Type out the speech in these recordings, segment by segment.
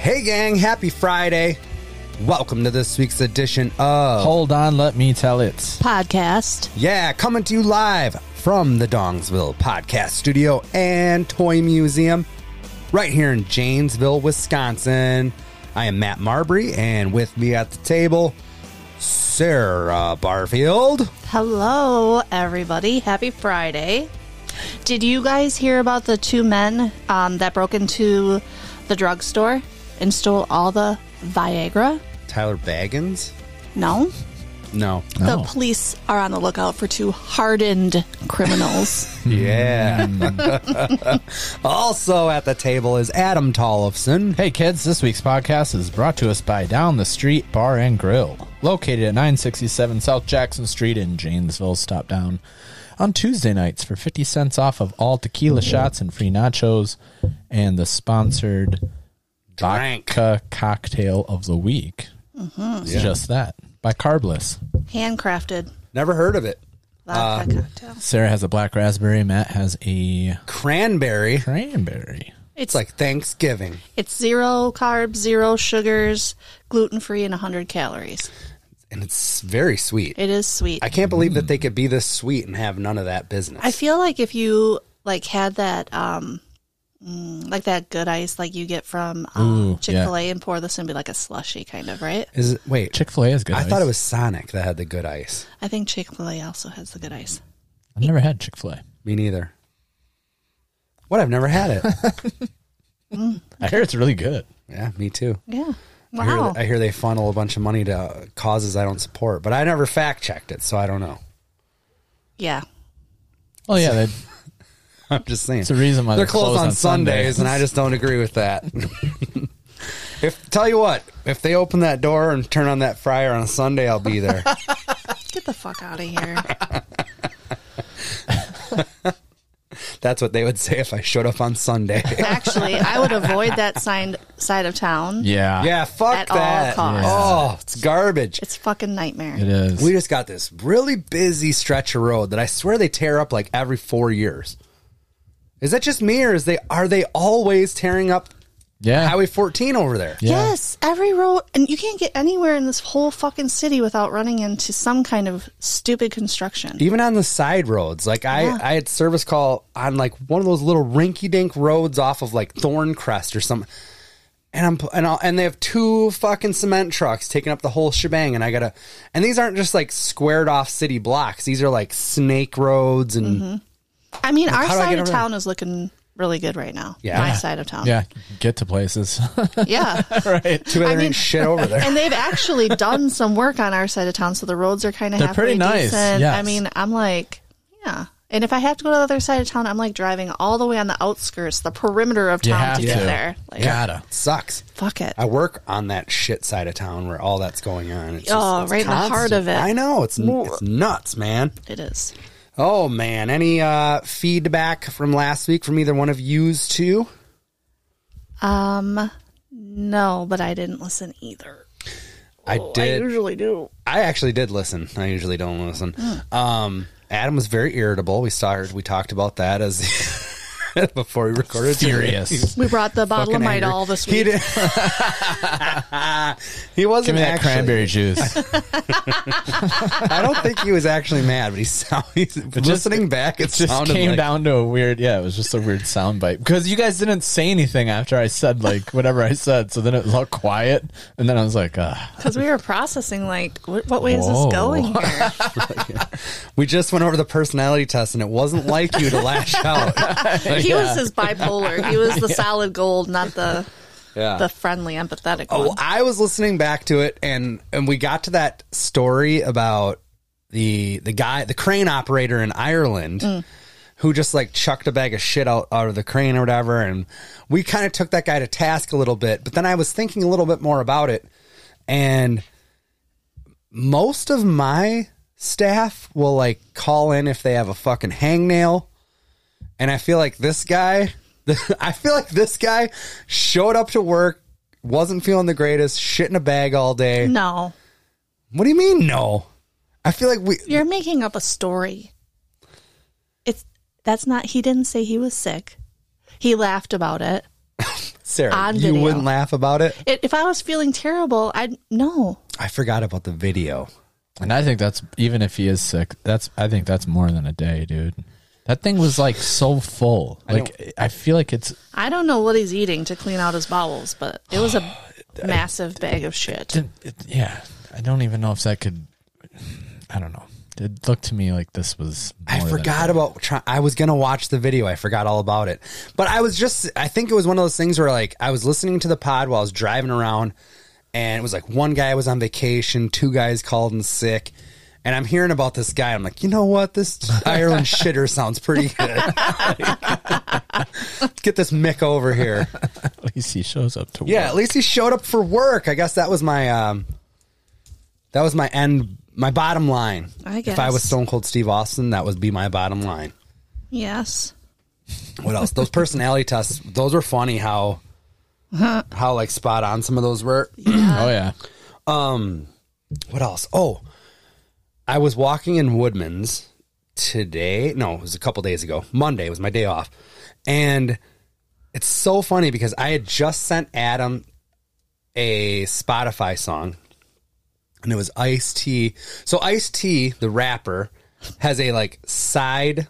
Hey, gang, happy Friday. Welcome to this week's edition of. Hold on, let me tell it. podcast. Yeah, coming to you live from the Dongsville Podcast Studio and Toy Museum, right here in Janesville, Wisconsin. I am Matt Marbury, and with me at the table, Sarah Barfield. Hello, everybody. Happy Friday. Did you guys hear about the two men um, that broke into the drugstore and stole all the Viagra? Tyler Baggins? No. No. The police are on the lookout for two hardened criminals. Yeah. also at the table is Adam Tollefson. Hey kids, this week's podcast is brought to us by Down the Street Bar and Grill, located at 967 South Jackson Street in Janesville. Stop down on Tuesday nights for 50 cents off of all tequila shots and free nachos and the sponsored Drink. vodka cocktail of the week. It's just that by Carbless. Handcrafted Never heard of it. vodka cocktail. Sarah has a black raspberry, Matt has a Cranberry. cranberry. It's like Thanksgiving. It's zero carbs, zero sugars, gluten free, and 100 calories. and it's very sweet. It is sweet. I can't believe that they could be this sweet and have none of that business. I feel like if you like had that um mm, like that good ice like you get from Ooh, yeah. um, Chick-fil-A and pour this and be like a slushy kind of, right? Is it, wait, Chick-fil-A is good. I ice. thought it was Sonic that had the good ice. I think Chick-fil-A also has the good ice. I've never had Chick-fil-A. Me neither. What? I've never had it. I hear it's really good. yeah, me too. Yeah. I hear, Wow. I hear they funnel a bunch of money to causes I don't support, but I never fact checked it, so I don't know. yeah. Oh yeah, that, I'm just saying. It's the reason why they're, they're closed, closed on, on Sundays, Sundays. and I just don't agree with that. if tell you what, if they open that door and turn on that fryer on Sunday, I'll be there. Get the fuck out of here. That's what they would say if I showed up on Sunday. Actually, I would avoid that sign side of town. yeah, Yeah, fuck At all that. costs. Oh, it's garbage. It's fucking nightmare. it is. We just got this really busy stretch of road that I swear they tear up like every four years. Is that just me, or is they are they always tearing up yeah, Highway 14 over there? Yeah. Yes, every road, and you can't get anywhere in this whole fucking city without running into some kind of stupid construction. Even on the side roads, like I, I had service call on like one of those little rinky-dink roads off of like Thorncrest or something, and I'm and I'll, and they have two fucking cement trucks taking up the whole shebang, and I gotta, and these aren't just like squared off city blocks; these are like snake roads and Mm-hmm. I mean, our how do I side get of over town is looking really good right now. Yeah. My side of town. yeah. Get to places, Yeah. right? Too bad I there mean- ain't shit over there. and they've actually done some work on our side of town, so the roads are kind of They're halfway pretty nice, decent. yes. I mean, I'm like, yeah. And if I have to go to the other side of town, I'm like driving all the way on the outskirts, the perimeter of You town have to, to. get there. Like, Gotta. Sucks. fuck it. I work on that shit side of town where all that's going on. It's Oh, it's right in the heart of it. I know it's it's nuts, man. It is. Oh man, any uh, feedback from last week from either one of yous two? Um, no, but I didn't listen either. I Oh, I did. usually do. I actually did listen. I usually don't listen. Um, Adam was very irritable. We saw. We talked about that as before we recorded. Furious. We brought the bottle of Fucking mite angry. all this He week. did. he Give wasn't me that actually- cranberry juice. I don't think he was actually mad, but he sound, he's listening back. It, It just sounded came like, down to a weird. Yeah, it was just a weird sound bite because you guys didn't say anything after I said like whatever I said. So then it was all quiet, and then I was like, uh, Because we were processing, like, what, what way is Whoa. this going here? We just went over the personality test, and it wasn't like you to lash out. He was his bipolar. He was the solid gold, not the the friendly, empathetic Oh, one. I was listening back to it, and and we got to that story about the the guy, the crane operator in Ireland. Who just like chucked a bag of shit out, out of the crane or whatever. And we kind of took that guy to task a little bit. But then I was thinking a little bit more about it. And most of my staff will like call in if they have a fucking hangnail. And I feel like this guy, I feel like this guy showed up to work, wasn't feeling the greatest, shit in a bag all day. No, What do you mean, no? I feel like we, you're making up a story. It's that's not. He didn't say he was sick. He laughed about it. Sarah, On you video. wouldn't laugh about it. It, if I was feeling terrible, I'd no. I forgot about the video. And I think that's even if he is sick, that's I think that's more than a day, dude. That thing was like so full. Like I, feel like it's I don't know what he's eating to clean out his bowels, but it was a massive bag of shit. it- it- yeah. I don't even know if that could. I don't know. It looked to me like this was. I more than- forgot about try- I was going to watch the video. I forgot all about it. But I was just I think it was one of those things where like I was listening to the pod while I was driving around and it was like one guy was on vacation, two guys called in sick. And I'm hearing about this guy. I'm like, you know what? This Ireland shitter sounds pretty good. Let's get this Mick over here. At least he shows up to Yeah, work. at least he showed up for work. I guess that was my um that was my end my bottom line. I If I was guess. Stone Cold Steve Austin, that would be my bottom line. Yes. What else? Those personality tests, those were funny how how like spot on some of those were. Oh yeah. What else? Oh. I was walking in Woodman's today. No, it was a couple days ago. Monday was my day off. And it's so funny because I had just sent Adam a Spotify song and it was Ice T. So Ice T, the rapper, has a like side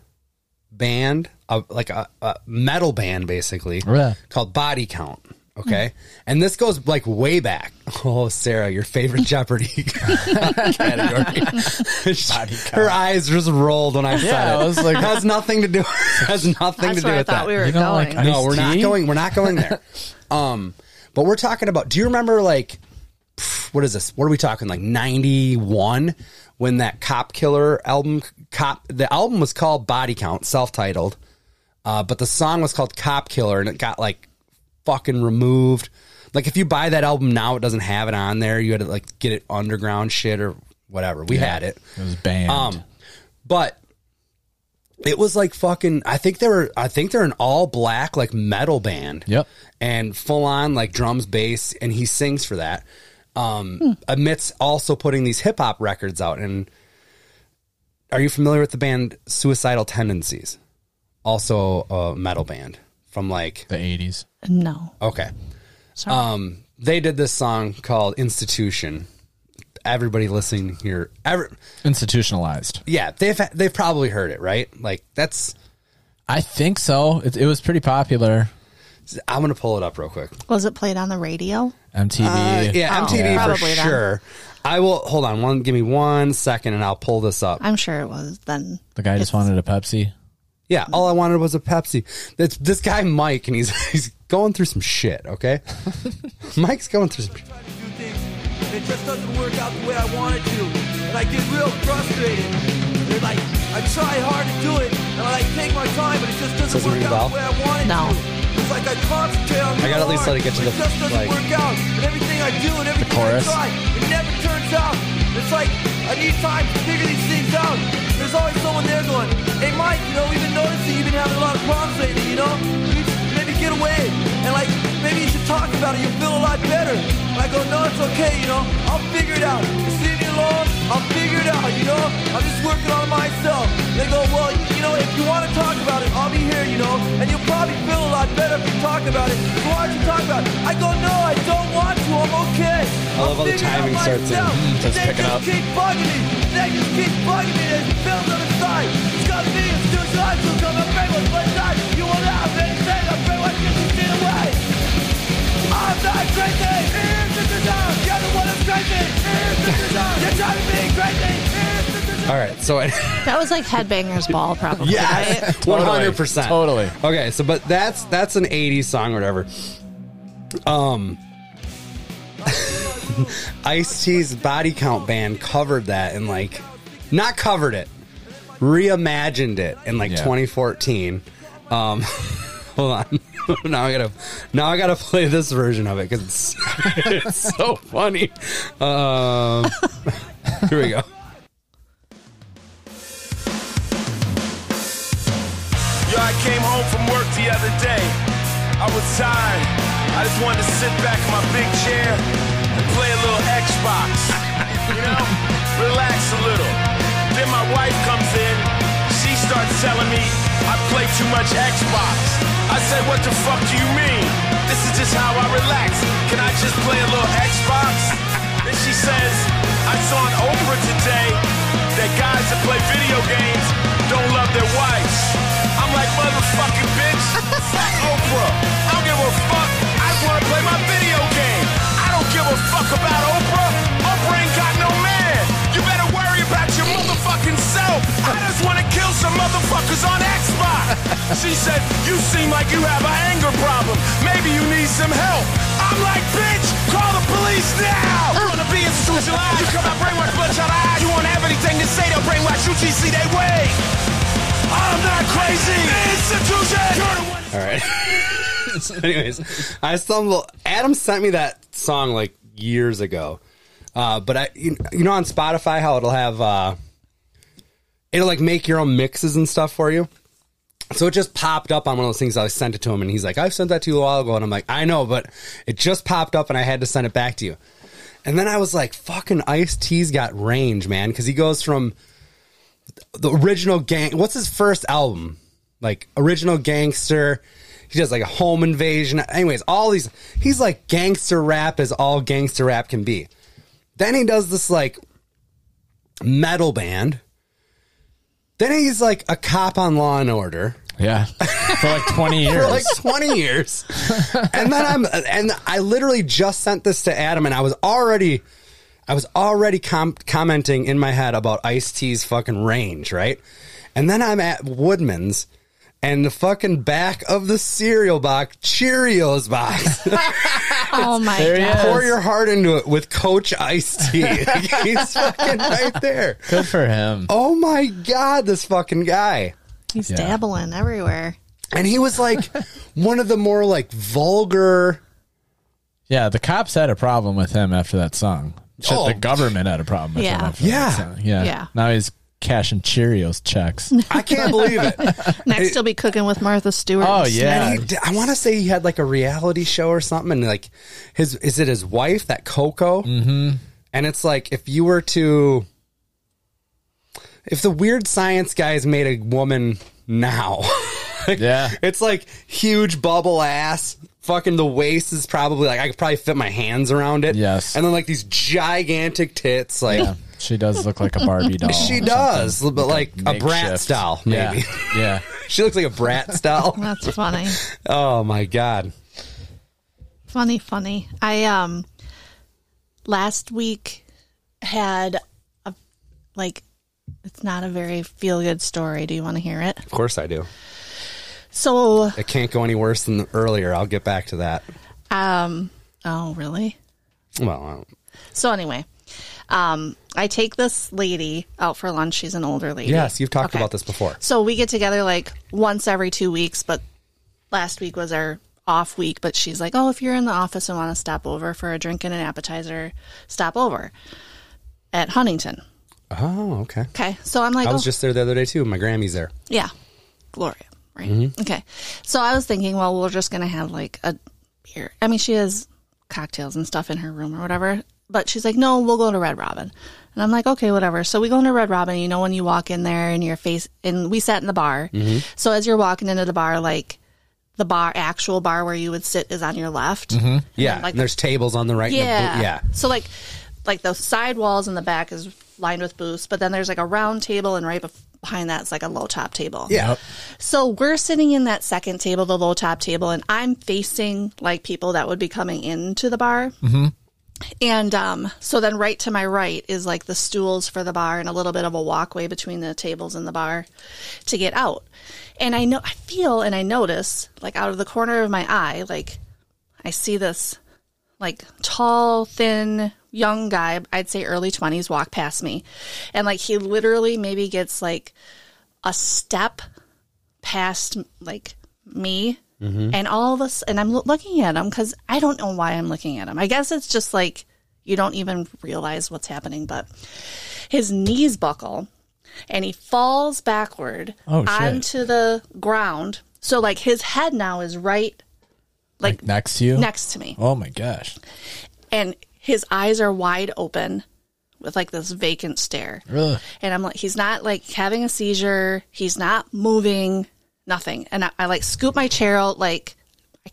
band, a, like a, a metal band basically, Yeah. called Body Count. Okay, and this goes like way back. Oh, Sarah, your favorite Jeopardy category. Her eyes just rolled when I said Yeah, it. I was like- has nothing to do. Has nothing That's to do where I with thought that. we were You know, like, going. I- No, we're not Tea? going. We're not going there. um, but we're talking about. Do you remember like pff, what is this? What are we talking? Like ninety one when that Cop Killer album Cop the album was called Body Count, self titled, uh, but the song was called Cop Killer, and it got like fucking removed. Like if you buy that album now, it doesn't have it on there. You had to like get it underground shit or whatever. We had it. It was banned. Um, but it was like fucking. I think they were. I think they're an all black like metal band. Yep. And full on like drums, bass, and he sings for that. Um, amidst also putting these hip hop records out. And are you familiar with the band Suicidal Tendencies? Also a metal band from like the eighties. no. okay. Sorry. Um, they did this song called Institution. Everybody listening here, every, Institutionalized. yeah, they've they've probably heard it, right? Like that's I think so. It, it was pretty popular. I'm gonna pull it up real quick. was it played on the radio? MTV. Uh, Yeah, Oh, MTV for probably then. sure. I will hold on one. Give me one second, and I'll pull this up. I'm sure it was then. The guy just wanted a Pepsi. Yeah, all I wanted was a Pepsi. This this guy Mike, and he's he's going through some shit. Okay, Mike's going through some. I try to do things, and it just doesn't work out the way I want it to. And I get real frustrated. And like, I try hard to do it, and I like take my time, but it just doesn't Doesn't work ring a bell? out the way I want it No. to. It's like I concentrate on I gotta at least let it get to it the, just doesn't like- work out. And everything I do and everything chorus. I try, it never turns out. It's like I need time to figure these things out. There's always someone there going, hey Mike, you know, we've been noticing you've been having a lot of problems lately, you know? You should Maybe get away and like maybe you should talk about it, you'll feel a lot better. And I go, no, it's okay, you know, I'll figure it out. You see me alone, I'll figure it out, you know? I'm just working on myself. They go, well, you know, if you want to talk about it, I'll be here, you know, and you'll probably feel a lot better if you talk about it. So why don't you talk about it? I go, no, I don't want to, I'm okay. I love I'll how the figure it out timing starts in. myself. Mm, And just they picking up. just keep bugging me. They just keep bugging me. There's films on the side. It's got me. It's too good. So come and bring what's my side. You will not have anything. I bring what you can see away. I'm not crazy. Here's the design. You're the one that's crazy. Here's the design. You're trying to be crazy. Here's the design. All right, so I, That was like Headbangers Ball, probably. yeah, right? one hundred percent, Totally. Okay, so but that's that's an '80s song or whatever. Um, Ice T's Body Count Band covered that and like, not covered it, reimagined it in like Yeah. 2014. Um, hold on. now I gotta now I gotta play this version of it because it's, it's so funny. Um, here we go. Yo, I came home from work the other day. I was tired. I just wanted to sit back in my big chair and play a little Xbox. You know, relax a little. Then my wife comes in. She starts telling me I play too much Xbox. I said, What the fuck do you mean? This is just how I relax. Can I just play a little Xbox? And she says, I saw on Oprah today that guys that play video games don't love their wives. I'm like, motherfucking bitch, fuck Oprah. I don't give a fuck. I just want to play my video game. I don't give a fuck about Oprah. Oprah ain't got no man. You better worry about your motherfucking self. I just want to kill some motherfuckers on Xbox. She said, you seem like you have an anger problem. Maybe you need some help. I'm like, bitch, call the police now. You want to be institutionalized? You come out brainwash bloodshot eyes. You won't have anything to say. They'll brainwash you. GC, they wait. I'm not crazy. Institution. You're the one. All right. So anyways, I stumbled. Adam sent me that song like years ago, uh, but I, you, you know, on Spotify, how it'll have, uh, it'll like make your own mixes and stuff for you. So it just popped up on one of those things. I sent it to him, and he's like, "I've sent that to you a while ago," and I'm like, "I know, but it just popped up, and I had to send it back to you." And then I was like, "Fucking Ice T's got range, man," because he goes from the original gang. What's his first album? Like original gangster. He does like a home invasion. Anyways, all these. He's like gangster rap as all gangster rap can be. Then he does this like metal band. Then he's like a cop on Law and Order Yeah. For like 20 years. for like 20 years. and then I'm and I literally just sent this to Adam and I was already I was already com- commenting in my head about Ice T's fucking range, right? And then I'm at Woodman's and the fucking back of the cereal box, Cheerios box. Oh my There he god. is. Pour your heart into it with Coach Ice T. He's fucking right there. Good for him. Oh my god, this fucking guy. He's Yeah. dabbling everywhere. And he was like one of the more like vulgar Yeah, the cops had a problem with him after that song. Shit, Oh. the government had a problem with him Yeah. after Yeah. that song. Yeah. Yeah. Now he's cashing Cheerios checks. I can't believe it. Next, he'll be cooking with Martha Stewart. Oh, and yeah. And Smith. he d- I want to say he had like a reality show or something. And like his, is it his wife that Coco? Mm-hmm. And it's like if you were to, if the weird science guys made a woman now, yeah. it's like huge bubble ass. Fucking the waist is probably like I could probably fit my hands around it. Yes. and then like these gigantic tits, like. Yeah. She does look like a Barbie doll. She or does, something. but like a brat makeshift. style, Yeah. maybe. Yeah. she looks like a brat style. That's funny. Oh my god! Funny, funny. I um last week had a like it's not a very feel good story. Do you want to hear it? Of course I do. So, It can't go any worse than the earlier. I'll get back to that. um oh, really? Well, I don't- So anyway, um I take this lady out for lunch. She's an older lady. yes, you've talked Okay. about this before. So we get together like once every two weeks, but last week was our off week. But she's like, oh, if you're in the office and want to stop over for a drink and an appetizer, stop over at Huntington. Oh, okay. Okay. So I'm like, I oh, was just there the other day too. My Grammy's there. yeah, Gloria. Right. Mm-hmm. Okay. So I was thinking, well, we're just going to have like a beer. I mean, she has cocktails and stuff in her room or whatever. But she's like, no, we'll go to Red Robin. And I'm like, okay, whatever. So we go into Red Robin. You know, when you walk in there and your face, and we sat in the bar. Mm-hmm. So as you're walking into the bar, like the bar, actual bar where you would sit is on your left. Yeah, like- and there's tables on the right. and the Yeah. blue- yeah. So like like the side walls in the back is lined with booths, but then there's like a round table and right bef- behind that's like a low top table. Yeah. So we're sitting in that second table, the low top table, and I'm facing like people that would be coming into the bar. Mm-hmm. And um, so then right to my right is like the stools for the bar and a little bit of a walkway between the tables and the bar to get out. And I know, I feel and I notice like out of the corner of my eye, like I see this like tall, thin, young guy, I'd say early 20s, walk past me. And like he literally maybe gets like a step past like me. Mm-hmm. And all of us, and I'm loo- looking at him because I don't know why I'm looking at him. I guess it's just like you don't even realize what's happening, but his knees buckle and he falls backward Oh, shit. onto the ground. So, like, his head now is right Like next to you? next to me Oh my gosh. and his eyes are wide open with like this vacant stare. Ugh. And I'm like, he's not like having a seizure. He's not moving, nothing. And I, I like scoop my chair out, like,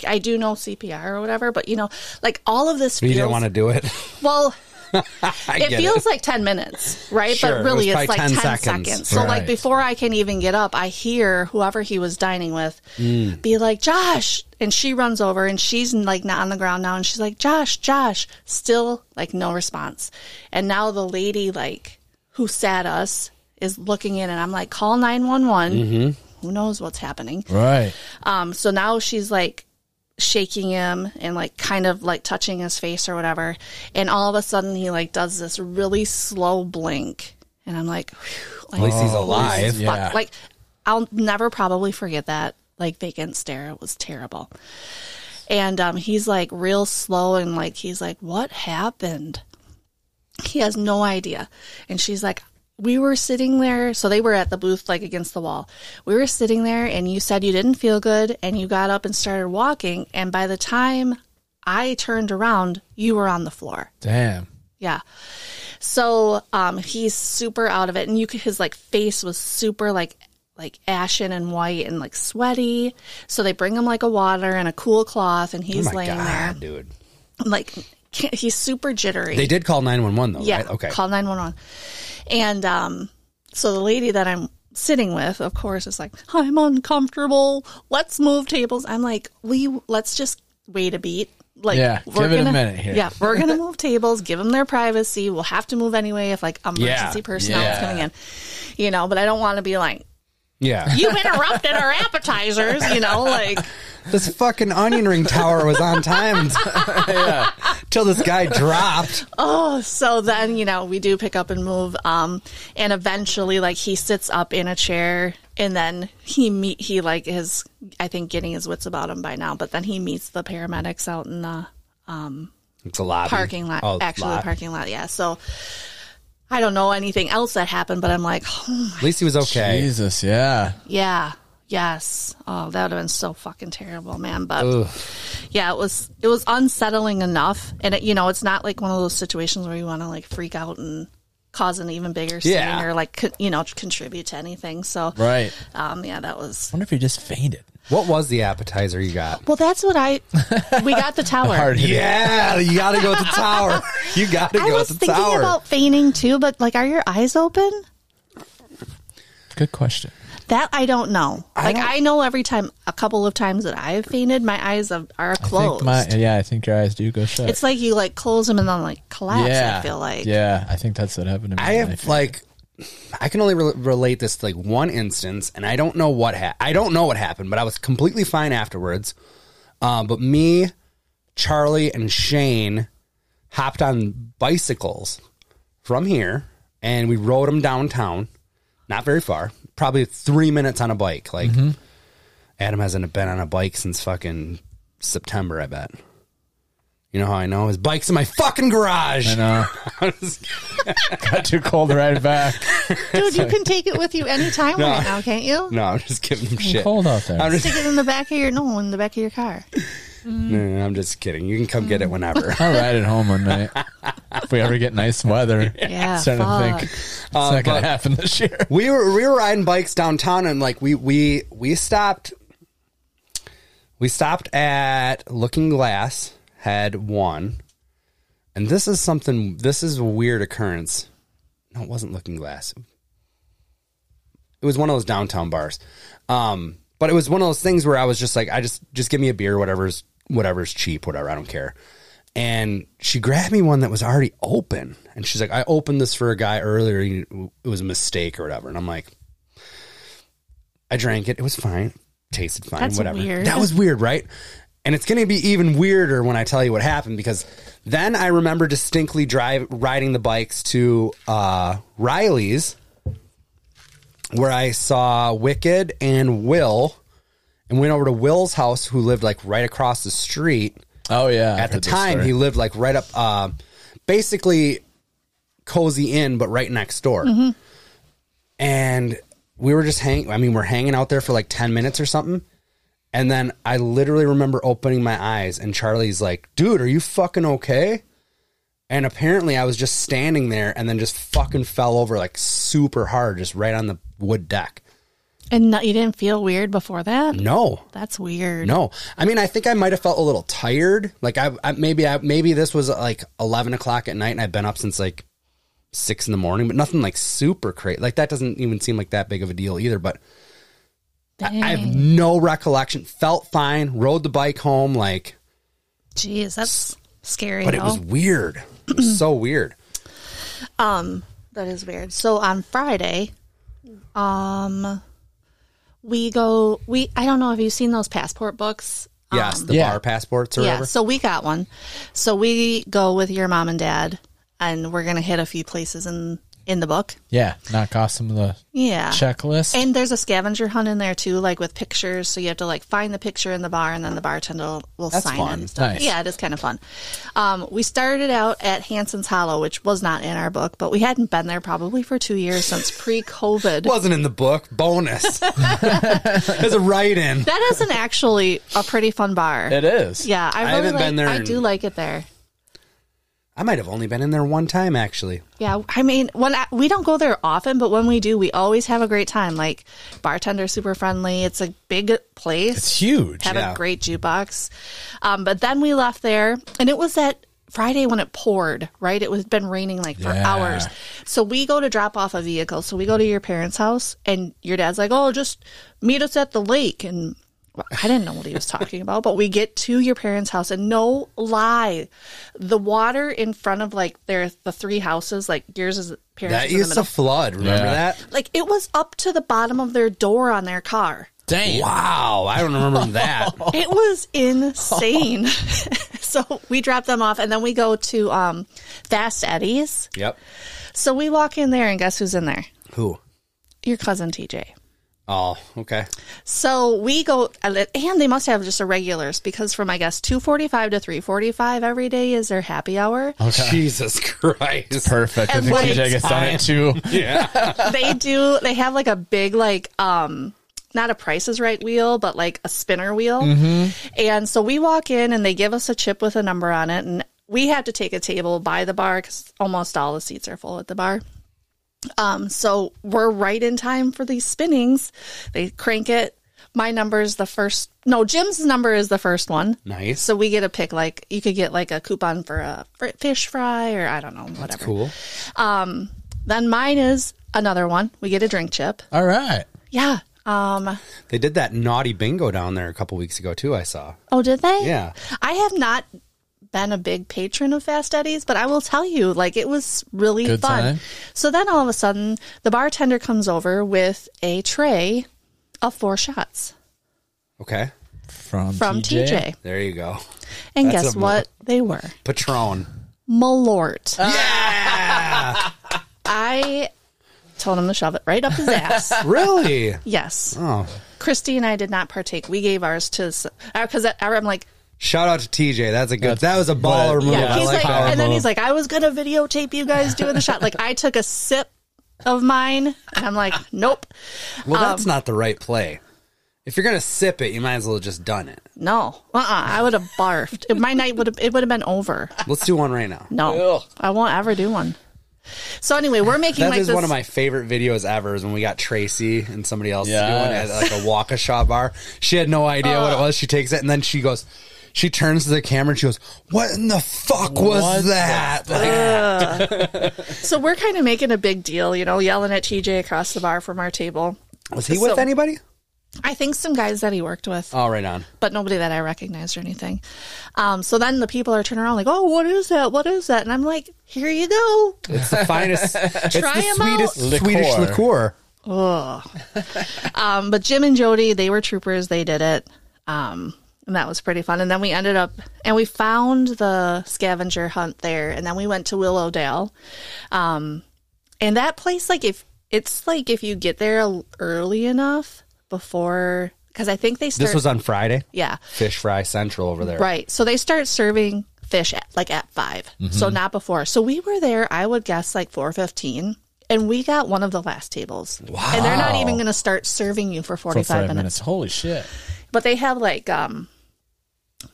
I I- I do know CPR or whatever, but you know, like all of this You feels didn't want to do it. well. I it get feels like 10 minutes, right? Sure, it but really, was it's like probably 10, 10 seconds. seconds. So, Right. like, before I can even get up, I hear whoever he was dining with Mm. be like, Josh. And she runs over and she's like not on the ground now. And she's like, Josh, Josh. Still, like, no response. And now the lady, like, who sat us is looking in and I'm like, call 911. Mm-hmm. Who knows what's happening? Right. Um, so now she's like shaking him and like kind of like touching his face or whatever. And all of a sudden he like does this really slow blink. And I'm like, whew, like, Oh, At least he's holy alive. fuck. Yeah. Like I'll never probably forget that like vacant stare. It was terrible. And um, he's like real slow and like he's like, what happened? He has no idea. And she's like, We were sitting there. So they were at the booth, like against the wall. We were sitting there, and you said you didn't feel good, and you got up and started walking. And by the time I turned around, you were on the floor. Damn. Yeah. So um, he's super out of it, and you could, his like face was super like like ashen and white and like sweaty. So they bring him like a water and a cool cloth, and Oh he's my laying god, there dude. like can't- he's super jittery. They did call 911 though, Yeah. right? Okay. Call 911. And um, so the lady that I'm sitting with, of course, is like, I'm uncomfortable. Let's move tables. I'm like, we let's just wait a beat. Like, Yeah, we're give it a gonna- minute here. Yeah, we're gonna move tables, give them their privacy. We'll have to move anyway if like emergency Yeah, personnel yeah. is coming in, you know. But I don't want to be like, yeah. you interrupted our appetizers, you know, like this fucking onion ring tower was on time till this guy dropped. so then you know we do pick up and move um and eventually like he sits up in a chair and then he meet he like is i think getting his wits about him by now but then he meets the paramedics out in the It's a lobby. parking lot Oh, actually lot. the parking lot yeah so i don't know anything else that happened but i'm like At least he was okay. Jesus. Yeah. yeah yes oh that would have been so fucking terrible man but yeah it was it was unsettling enough and it, you know it's not like one of those situations where you want to like freak out and cause an even bigger scene Yeah. or like co- you know contribute to anything so Right. um yeah that was wonder if he just fainted. What was the appetizer you got? well that's what i we got the tower Hard hit. Yeah, you gotta go to the tower. You gotta i go was to the thinking tower. about fainting too but like are your eyes open Good question. that i don't know like don't- i know every time a couple of times that i've fainted my eyes are, are closed I think my yeah. I think your eyes do go shut. it's like you like close them and then like collapse yeah. i feel like Yeah. I think that's what happened to me. I when have fainted. like, I can only re- relate this to like one instance, and I don't know what ha- I don't know what happened, but I was completely fine afterwards. Uh, but me, Charlie, and Shane hopped on bicycles from here, and we rode them downtown, not very far, probably three minutes on a bike. Like Mm-hmm. Adam hasn't been on a bike since fucking September, I bet. You know how I know his bike's in my fucking garage. I know. Got too cold to ride back. Dude, you can take it with you anytime No. right now, can't you? No, I'm just giving him shit. cold out there. I'm just, Stick it in the back of your no, in the back of your car. no, no, no, I'm just kidding. You can come get it whenever. I'll ride it home one night if we ever get nice weather. Yeah, starting to fuck. think it's Uh, not going but- to happen this year. we were we were riding bikes downtown, and like we we we stopped. We stopped at Looking Glass, had one, and this is something. This is a weird occurrence. No, it wasn't Looking Glass. It was one of those downtown bars, um, but it was one of those things where I was just like, I just just give me a beer, whatever's whatever's cheap, whatever. I don't care. and she grabbed me one that was already open and she's like i opened this for a guy earlier He- it was a mistake or whatever and i'm like i drank it it was fine tasted fine That's whatever weird. that was weird right and it's going to be even weirder when i tell you what happened because then i remember distinctly drive riding the bikes to uh, riley's where i saw wicked and will and went over to will's house who lived like right across the street Oh yeah. at the time he lived like right up uh, basically cozy inn but right next door and we were just hanging i mean we're hanging out there for like 10 minutes or something and then i literally remember opening my eyes and charlie's like dude are you fucking okay and apparently i was just standing there and then just fucking fell over like super hard just right on the wood deck And no, you didn't feel weird before that? No. That's weird. No, I mean, I think I might have felt a little tired. Like I, I maybe, I maybe this was like eleven o'clock at night, and I've been up since like six in the morning, but nothing like super crazy. Like that doesn't even seem like that big of a deal either. But I, I have Dang. no recollection. Felt fine. Rode the bike home. Like, Jeez, that's scary. but it though. was weird. It was so weird. Um, that is weird. So on Friday, um, we go. We I don't know. Have you seen those passport books? Yes, the Yeah. bar passports or Um, yeah. whatever. So we got one. So we go with your mom and dad, and we're gonna hit a few places in in the book. Yeah, knock off some of the Yeah. checklist. And there's a scavenger hunt in there too, like with pictures. So you have to like find the picture in the bar, and then the bartender will, will That's sign fun. it. And stuff. Nice. Yeah, it is kind of fun. Um, we started out at Hanson's Hollow, which was not in our book, but we hadn't been there probably for two years since pre-COVID. Wasn't in the book. Bonus. As a write-in. that isn't actually a pretty fun bar. it is. yeah, I, really haven't like, been there I in- do like it there. I might have only been in there one time actually. Yeah, I mean, when I, we don't go there often, but when we do, we always have a great time. Like bartender, super friendly. It's a big place. It's huge. have Yeah. a great jukebox. Um, but then we left there, and it was that Friday when it poured. Right, it was been raining like for Yeah. hours. So we go to drop off a vehicle. So we go to your parents' house, and your dad's like, "Oh, just meet us at the lake." And well, I didn't know what he was talking about, but we get to your parents' house, and no lie, the water in front of like their the three houses, like yours is parents That is in the used to middle. flood. Remember Yeah. that? like it was up to the bottom of their door on their car. Dang. Wow, I don't remember that. It was insane. so we drop them off and then we go to um, Fast Eddie's. yep. So we walk in there and guess who's in there? Who? Your cousin TJ. Oh, okay. So we go, and they must have just a regulars because from I guess two forty five to three forty five every day is their happy hour. Jesus Christ. Perfect. I And think what TJ gets on it too. Yeah. they do. They have like a big like um not a Price is Right wheel, but like a spinner wheel. Mm-hmm. And so we walk in and they give us a chip with a number on it, and we have to take a table by the bar because almost all the seats are full at the bar. Um, so we're right in time for these spinnings. They crank it. My number is the first. No, Jim's number is the first one. Nice. So we get a pick. Like you could get like a coupon for a fr- fish fry or I don't know whatever. cool. Um, Then mine is another one. We get a drink chip. All right. Yeah. Um. They did that naughty bingo down there a couple weeks ago too, I saw. Oh, did they? Yeah. I have not been a big patron of Fast Eddie's, but I will tell you, like, it was really Good fun. time. So then all of a sudden, the bartender comes over with a tray of four shots Okay. From, from TJ. There you go. And That's guess a mo- what? They were Patron. Malort. Yeah. I told him to shove it right up his ass. Really? yes. Oh. Christy and I did not partake. We gave ours to, uh, because I'm like, Shout out to TJ. That's a good. That's- that was a baller but- move. Yeah, I he's like like, that. and then move. he's like, I was gonna videotape you guys doing the shot. Like, I took a sip of mine, and I'm like, nope, Well, um, that's not the right play. If you're gonna sip it, you might as well have just done it. no, uh, uh I would have barfed. My night would have, it would have been over. Let's do one right now. No, Ugh. I won't ever do one. So anyway, we're making That is like this. one of my favorite videos ever. Is when we got Tracy and somebody else Yes. doing it at like a Waukesha bar. She had no idea what it was. She takes it and then she goes, she turns to the camera and she goes, "What in the fuck was What the that?" Like, so we're kind of making a big deal, you know, yelling at TJ across the bar from our table. was he with So- anybody? I think some guys that he worked with. Oh, right on. but nobody that I recognized or anything. Um, so then the people are turning around like, "Oh, what is that? What is that?" And I'm like, "Here you go." It's the finest. it's Try the 'em sweetest out. Swedish liqueur. Liqueur. Um, but Jim and Jody, they were troopers. They did it. Um, and that was pretty fun. And then we ended up, and we found the scavenger hunt there. And then we went to Willowdale. Um, and that place, like, if it's like if you get there l- early enough before, because I think they start, This was on Friday. yeah, Fish Fry Central over there. right. So they start serving fish at, like at 5 so not before. So we were there, I would guess, like four fifteen. And we got one of the last tables. Wow. And they're not even going to start serving you for 45 For five minutes minutes. Holy shit. but they have like um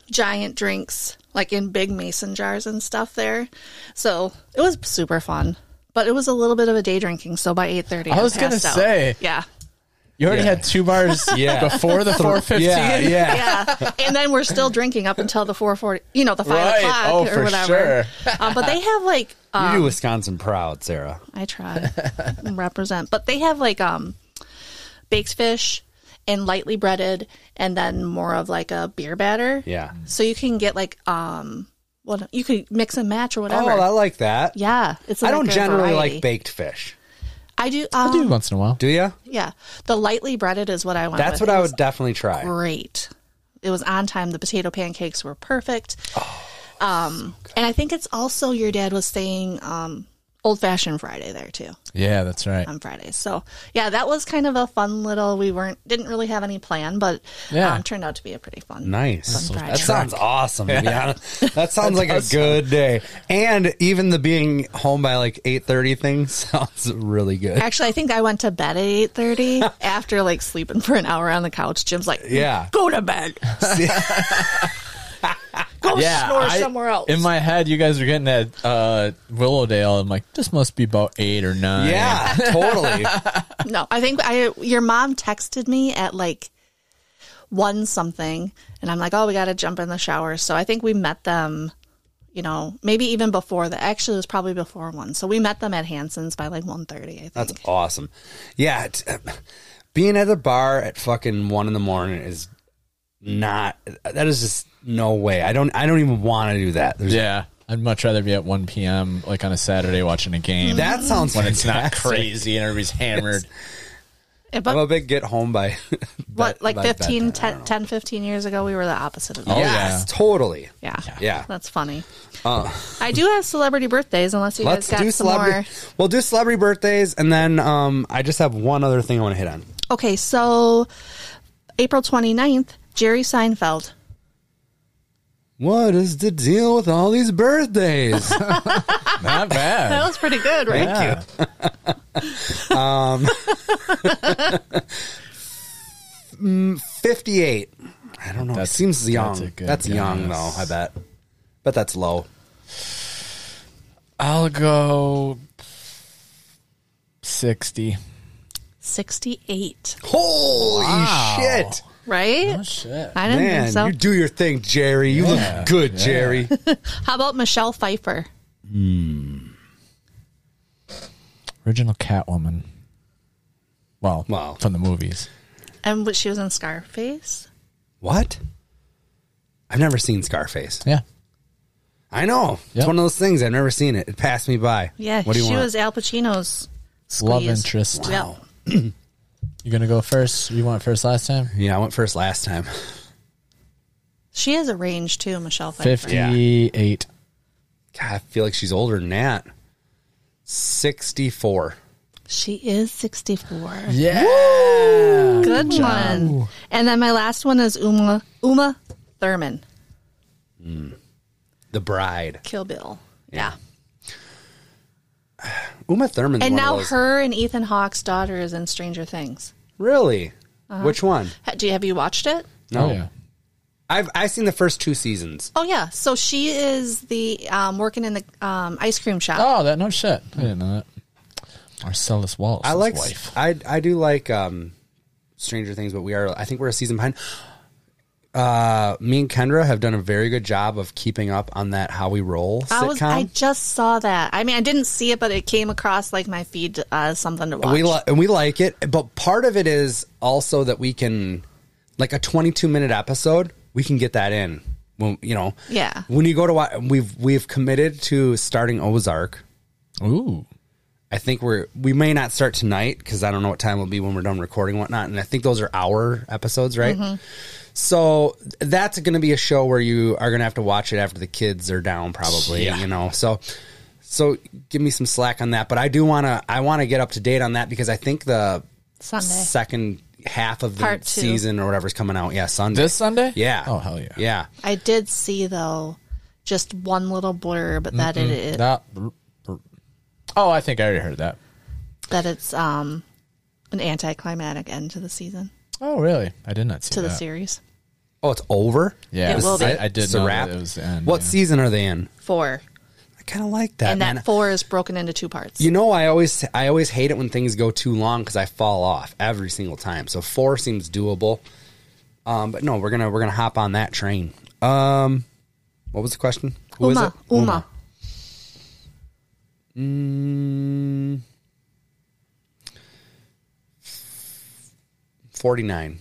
giant drinks like in big mason jars and stuff there so it was super fun but it was a little bit of a day drinking so by 8.30 I was gonna say. yeah You already Yeah. had two bars Yeah. before the 415. Yeah, yeah. yeah. And then we're still drinking up until the four forty, you know, the five Right. o'clock Oh, or for whatever. Um, but they have like um, you do Wisconsin proud, Sarah. I try and represent, but they have like um baked fish and lightly breaded, and then more of like a beer batter. Yeah. So you can get like um what you could mix and match or whatever. Oh, I like that. yeah, it's. I don't like a generally variety. like baked fish. I do. I do um, once in a while. Do you? Yeah, the lightly breaded is what I want. That's what I would definitely try. great. It was on time. The potato pancakes were perfect. Oh, um, and I think it's also your dad was saying um, old fashioned Friday there too Yeah, that's right. on Fridays. So yeah, that was kind of a fun little. We weren't didn't really have any plan, but Yeah. um, turned out to be a pretty fun. Nice. Fun Friday. That sounds awesome. To be honest. That sounds like a good day. And even the being home by like eight thirty thing sounds really good. Actually, I think I went to bed at eight thirty after like sleeping for an hour on the couch. Jim's like, Yeah. go to bed, go snore I- somewhere else." In my head, you guys are getting at uh, Willowdale. I'm like, this must be about eight or nine. Yeah, totally. No, I think I your mom texted me at like one something, and I'm like, oh, we got to jump in the shower. So I think we met them, you know, maybe even before that. Actually, it was probably before one. So we met them at Hanson's by like 1.30, I think. That's awesome. Yeah, it's, being at the bar at fucking one in the morning is not. That is just no way. I don't. I don't even want to do that. There's, Yeah. I'd much rather be at 1 p.m., like on a Saturday, watching a game. That sounds when it's not fantastic. crazy and everybody's hammered. Yeah, I'm a but big get home by what, like by 15, bedtime, I 10, 10, 15 years ago, we were the opposite of that. Oh, yes, totally. Yeah. Yeah. That's funny. Uh, I do have celebrity birthdays, unless you let's guys got do some more. celebrity. We'll do celebrity birthdays, and then um, I just have one other thing I want to hit on. Okay, so April 29th, Jerry Seinfeld. What is the deal with all these birthdays? Not That bad. was pretty good, right? Yeah. Fifty-eight. I don't know. That's- Seems young. that's That's, a good young though. guess. I bet. But that's low. I'll go 60. 68, Holy shit! right? Oh, Shit. I didn't Oh, Man, think so. you do your thing, Jerry. You Yeah. look good, Jerry. How about Michelle Pfeiffer? Original Catwoman. Well, Wow. from the movies. And what- she was in Scarface. what? I've never seen Scarface. Yeah. I know. It's Yep. one of those things. I've never seen it. It passed me by. Yeah, What do you she want? was Al Pacino's squeeze. Love interest. Yep. You're going to go first? You went first last time? Yeah, I went first last time. She has a range too, Michelle Pfeiffer. 58. God, I feel like she's older than that. 64. She is 64. Yeah. Good one. And then my last one is Uma Uma Thurman, The Bride. Kill Bill. Yeah. Uma Thurman's And one of now those- her and Ethan Hawke's daughter is in Stranger Things. Really? Uh-huh. Which one? Ha- Do you have you watched it? No. Oh, yeah. I've I've seen the first two seasons. Oh yeah. So she is the um, working in the um, ice cream shop. Oh, that no shit. I didn't know that. Marcellus Wallace. I like wife. I I do like um Stranger Things, but we are I think we're a season behind. Uh, me and Kendra have done a very good job of keeping up on that How We Roll I Oh, sitcom. was. I just saw that. I mean, I didn't see it, but it came across like my feed as something to watch. we li- and we like it, but part of it is also that we can, like a 22 minute episode, we can get that in. When you know, Yeah. When you go to watch, we've we've committed to starting Ozark. Ooh. I think we're we may not start tonight because I don't know what time will be when we're done recording and whatnot. And I think those are our episodes, right? Mm-hmm. So that's going to be a show where you are going to have to watch it after the kids are down, probably. You know, so so give me some slack on that. But I do want to I want to get up to date on that because I think the Sunday. second half of the Part two. season or whatever's coming out. Yeah, Sunday. This Sunday? yeah. Oh, hell yeah. Yeah. I did see though, just one little blurb that it is That- oh, I think I already heard that. that it's um an anticlimactic end to the season Oh, really? I did not see to the that. series Oh, it's over. Yeah, It will be. I, I did It's a know wrap. that it was the end. What yeah. season are they in? four. I kind of like that. and man. that four is broken into two parts. You know, I always I always hate it when things go too long because I fall off every single time. So four seems doable, um, but no, we're gonna we're gonna hop on that train. Um, what was the question? Who is Uma, it? Uma. Mm. Forty nine.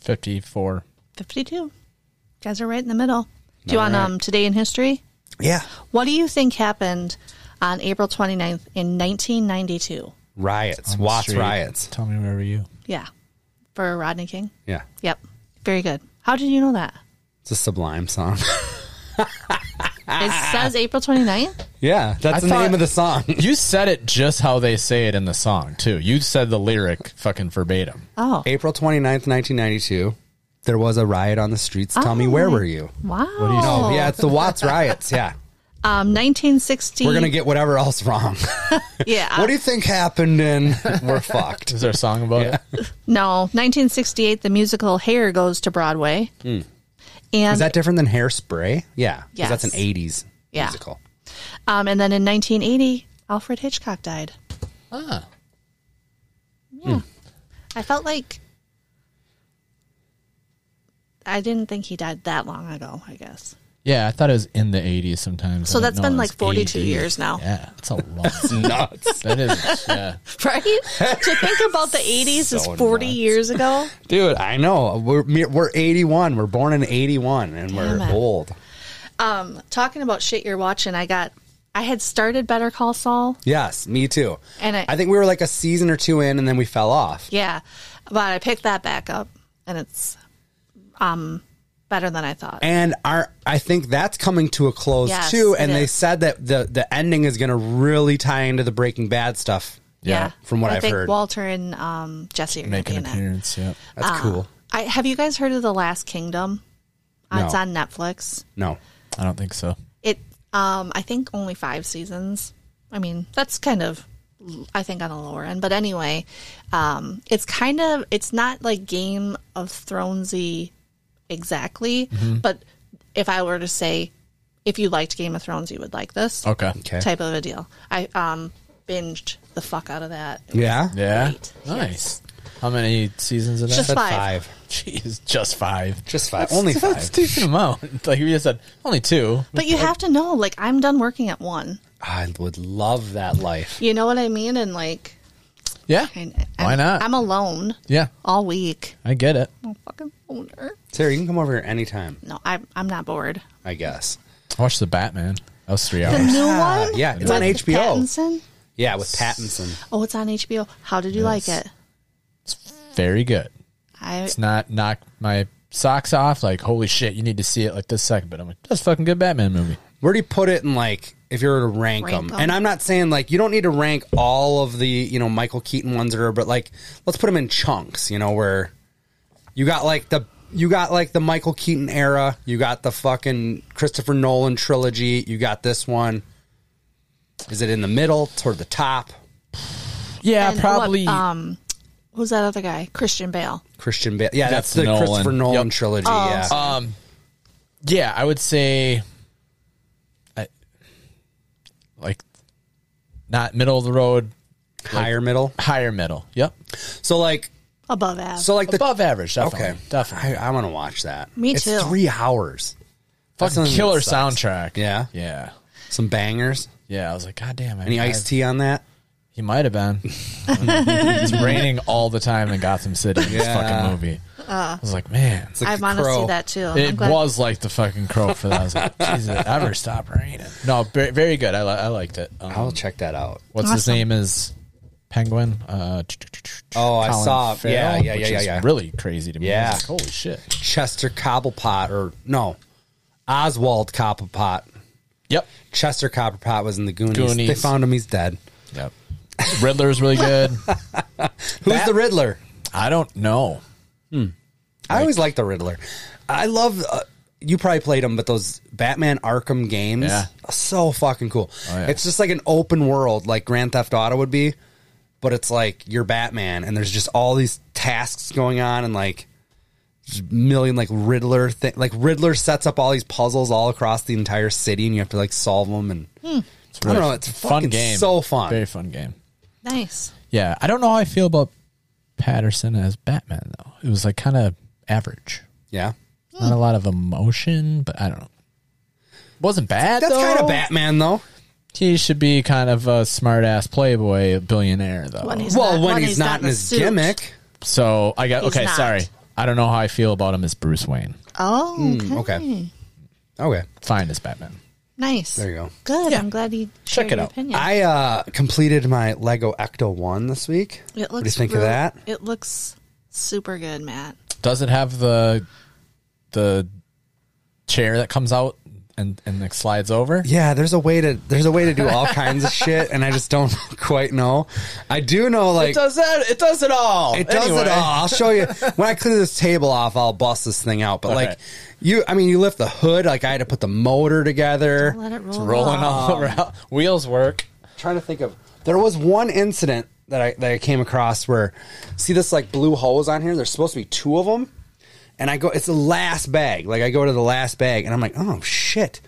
54. 52. You guys are right in the middle. Do you want Alright. um, Today in History? Yeah. What do you think happened on April 29th in 1992? Riots. On the Watts street. riots. Tell me where were you? Yeah. For Rodney King? Yeah. Yep. Very good. How did you know that? It's a sublime song. Ah. It says April 29th? yeah, that's I the thought- name of the song. You said it just how they say it in the song, too. You said the lyric fucking verbatim. Oh. April 29th, 1992. There was a riot on the streets. Tell me, where were you? Oh. Wow. No, Oh, yeah, it's the Watts riots. Yeah. Um, 1960. We're going to get whatever else wrong. Yeah. what do you think happened? And we're fucked. Um, Is there a song about it? No, 1968, the musical Hair goes to Broadway. And Hmm. Is that different than Hairspray? Yeah. 'cause Yes. That's an 80s Yeah. musical. um, and then in 1980, Alfred Hitchcock died. Ah. Hmm. Yeah. I felt like I didn't think he died that long ago, I guess. Yeah, I thought it was in the 80s sometimes. So I that's didn't know been it like was 42 80s. years now. Yeah, it's a long Nuts. That is, yeah. Right? to think about the 80s is So 40 nuts. years ago. Dude, I know. We're, me- we're 81. We're born in 81 and Damn we're it. old. Um, Talking about shit you're watching, I got I had started Better Call Saul. Yes, me too. And I- I think we were like a season or two in and then we fell off. Yeah. But I picked that back up and it's um better than I thought. and our I think that's coming to a close Yes, too. And it they is. said that the the ending is going to really tie into the Breaking Bad stuff. Yeah, from what I I've think heard. Walter and um, Jesse are going to Make be an in it. appearance, yeah. That's Ah. cool. I, have you guys heard of The Last Kingdom? Uh, It's No. on Netflix. No, I don't think so. It, um, I think only five seasons. I mean, that's kind of, I think, on the lower end. But anyway, um, it's kind of, it's not like Game of Thronesy exactly. Mm-hmm. But if I were to say, if you liked Game of Thrones, you would like this Okay. okay, type of a deal. I um, binged the fuck out of that. It was yeah, Yeah. great. Nice. How many seasons of that? Just That's five. five, Jeez, just five. just five, only five. That's a decent amount. Like you just said, only two. But you have to know, like, I'm done working at one. I would love that life. You know what I mean? And like, Yeah. And Why I'm- not? I'm alone yeah, all week. I get it. I'm a fucking loner. Sarah, you can come over here anytime. No, I'm I'm not bored. I guess. Watch the Batman. That was three The hours. new Ah, one, yeah, it's on with HBO. Pattinson? Yeah, with Pattinson. Oh, it's on HBO. How did you like Yes. it? It's very good. I It's not knock my socks off. Like holy shit, you need to see it like this second. But I'm like, that's a fucking good Batman movie. Where do you put it in like if you were to rank, Rank them? 'em. And I'm not saying like you don't need to rank all of the you know Michael Keaton ones that are, but like let's put them in chunks. You know where you got like the you got like the Michael Keaton era, you got the fucking Christopher Nolan trilogy, you got this one. Is it in the middle toward the top? Yeah, and probably. what, um, who's that other guy? Christian Bale. Christian Bale, yeah, that's, the That's Nolan. Christopher Nolan Yep. trilogy. Oh, yeah, so- yeah, I would say, I, like, not middle of the road, higher middle. higher middle. Yep. So like, Above average. so like the Above average, definitely. okay, Definitely. I, I want to watch that. Me It's too. three hours. That's Fucking something killer that sucks. soundtrack. Yeah. Yeah. Some bangers. Yeah. I was like, God damn. I Any I- iced tea on that? He might have been. it's raining all the time in Gotham City in this Yeah. fucking movie. I was like, man. like I the want to see Crow. that too. Ah. I'm It glad- was like the fucking crow for that. I was like, Jesus, ever stop raining. No, be- very good. I, li- I liked it. Um, I'll check that out. what's his Awesome. name is Penguin. Uh, Oh, I saw- yeah, yeah, which yeah, is yeah. Really crazy to me. I was Yeah. like, holy shit. Chester Cobblepot, or no, Oswald Cobblepot. Yep. Chester Copperpot was in the Goonies. Goonies. They found him. He's dead. Yep. Riddler is really good. Who's the Riddler? I don't know. I always like the Riddler. I love. Uh, you probably played them, but those Batman Arkham games, Yeah. are so fucking cool. Oh, yeah. It's just like an open world, like Grand Theft Auto would be, but it's like you're Batman, and there's just all these tasks going on, and like million like Riddler thing. Like Riddler sets up all these puzzles all across the entire city, and you have to like solve them. And I don't know, it's fucking so fun. Very fun game. Nice. Yeah, I don't know how I feel about Patterson as Batman though. It was like kind of average. yeah, Hmm. Not a lot of emotion, but I don't know. Wasn't bad. that's though. kind of Batman though. He should be kind of a smart ass playboy billionaire though. When he's well, not, when he's, not in the his suit. gimmick. so I got He's okay. not. Sorry, I don't know how I feel about him as Bruce Wayne. Oh, okay. Hmm, Okay. Okay. Fine as Batman. nice. There you go. Good. I'm glad you shared it your out. Opinion. I uh completed my Lego Ecto One this week. it looks what do you think really- of that? It looks super good, Matt. Does it have the the chair that comes out and and like slides over? Yeah, there's a way to there's a way to do all kinds of shit, and I just don't quite know. I do know like that. It does it all. It does it all. I'll show you when I clear this table off. I'll bust this thing out. But Okay. like you, I mean, you lift the hood. Like I had to put the motor together. Let it roll. Rolling off. all around. Wheels work. trying to think of. There was one incident that I that I came across where see this like blue hose on here. There's supposed to be two of them, and I go. It's the last bag. Like I go to the last bag, and I'm like, oh shit.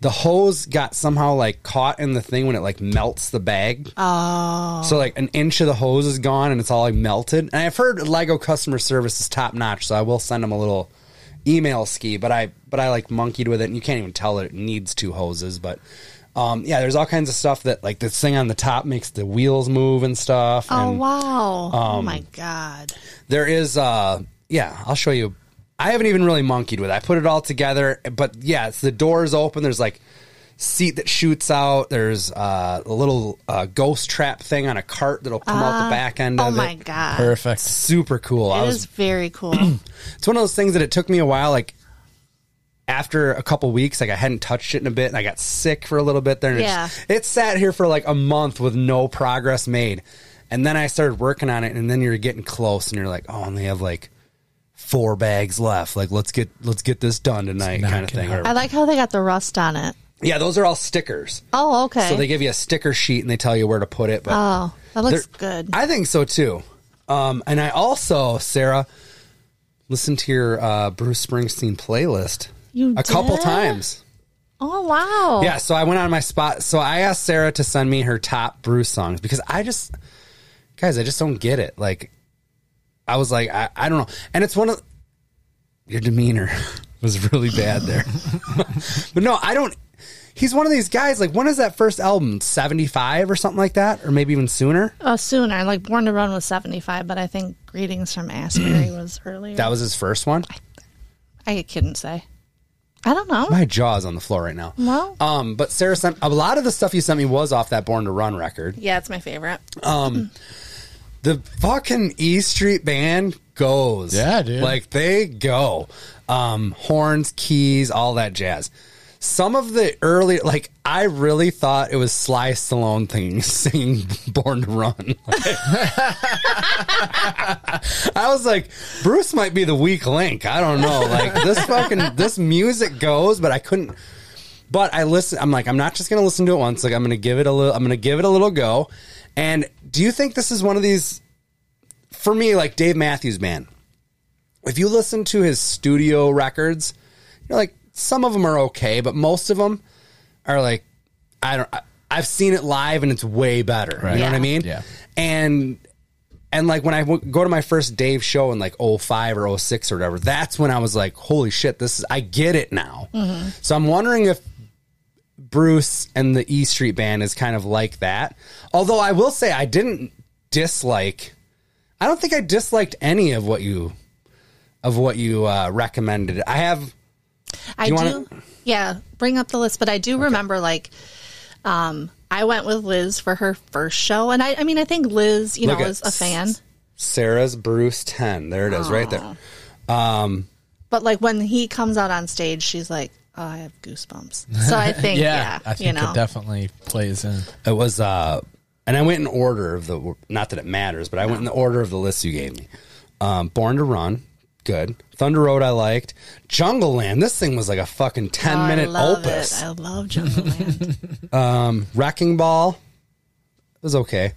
The hose got somehow like caught in the thing when it like melts the bag. So like an inch of the hose is gone and it's all like melted. And I've heard Lego customer service is top notch, so I will send them a little email ski. But I but I like monkeyed with it, and you can't even tell that it needs two hoses. But um, yeah, there's all kinds of stuff that like this thing on the top makes the wheels move and stuff. Oh and um, wow! oh my god! there is uh yeah, I'll show you. I haven't even really monkeyed with it. I put it all together, but yeah, it's the doors open. There's like seat that shoots out. There's uh, a little uh, ghost trap thing on a cart that'll come out the back end Oh of my it god! Perfect. super cool. I It was is very cool. it's one of those things that it took me a while like after a couple weeks like I hadn't touched it in a bit and I got sick for a little bit there and Yeah. it, just- it sat here for like a month with no progress made. And then I started working on it and then you're getting close and you're like, "Oh, I only have like four bags left. Like let's get let's get this done tonight." knock kind of it thing. out. Or- I like how they got the rust on it. yeah, those are all stickers. Oh, okay. So they give you a sticker sheet and they tell you where to put it, but oh, that looks there- good. I think so too. Um, and I also, Sarah, listened to your uh, Bruce Springsteen playlist You a couple did? times. oh wow! Yeah, so I went on my spot. So I asked Sarah to send me her top Bruce songs because I just, guys, I just don't get it. Like, I was like, I, I don't know. And it's one of your demeanor was really bad there. but no, I don't. He's one of these guys. Like, when is that first album? 75 or something like that? Or maybe even sooner? Oh, sooner. Like Born to Run was seventy five, but I think Greetings from Asbury was earlier. That was his first one. I couldn't say. I don't know. My jaw's on the floor right now. Well. Um, but Sarah sent a lot of the stuff you sent me was off that Born to Run record. yeah, it's my favorite. The fucking E Street band goes. Yeah, dude. Like they go. Um, horns, keys, all that jazz. Some of the early, like I really thought it was Sly Stallone thing singing "Born to Run." I was like, Bruce might be the weak link. I don't know. Like this fucking this music goes, but I couldn't. But I listen. I'm like, I'm not just gonna listen to it once. Like I'm gonna give it a little. I'm gonna give it a little go. And do you think this is one of these? For me, like Dave Matthews Band. If you listen to his studio records, you're like some of them are okay, but most of them are like I don't. I, I've seen it live and it's way better. You Right. know what I Yeah. mean? Yeah. And and like when I w- go to my first Dave show in like 05 or 06 or whatever, that's when I was like, holy shit, this is, I get it now. So I'm wondering if Bruce and the E Street Band is kind of like that. Although I will say I didn't dislike, I don't think I disliked any of what you, of what you uh, recommended. I have, I Do do. you wanna- Yeah, bring up the list. But I do remember, like, um, I went with Liz for her first show, and I, I mean, I think Liz, you Look know, at- is a fan. Sarah's Bruce 10. There it is right there. But like when he comes out on stage, she's like, oh, "I have goosebumps." So I think, yeah, I think you know, it definitely plays in. It was, uh, and I went in order of the, not that it matters, but I went in the order of the list you gave me. Um, Born to Run, good. Thunder Road, I liked. Jungle Land, this thing was like a fucking 10 Oh, I minute love opus. It. I love Jungle Land. Wrecking Ball, it was okay.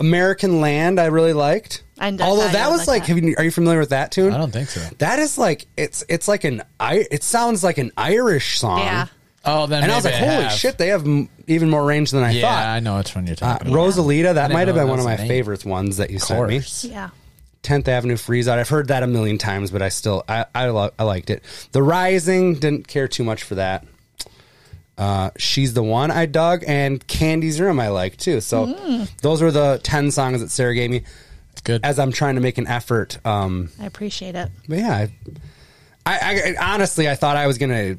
American Land, I really liked. I did- Although I that did was like like, that. have you, are you familiar with that tune? I don't think so. That is like it's it's like an I. It sounds like an Irish song. Yeah. Oh, then And I was like, maybe holy have. shit, they have m- even more range than I Yeah, thought. I know which one you're Uh, talking about. Rosalita, that didn't might have been know that one of was my the name. favorite ones that you Of sent me. course. Yeah. Tenth Avenue Freeze Out. I've heard that a million times, but I still I I, lo- I liked it. The Rising didn't care too much for that. Uh, She's the one I dug, and Candy's Room I like too. So Mm. those were the ten songs that Sarah gave me. It's good. As I'm trying to make an effort, um, I appreciate it. but yeah, I, I, I honestly I thought I was gonna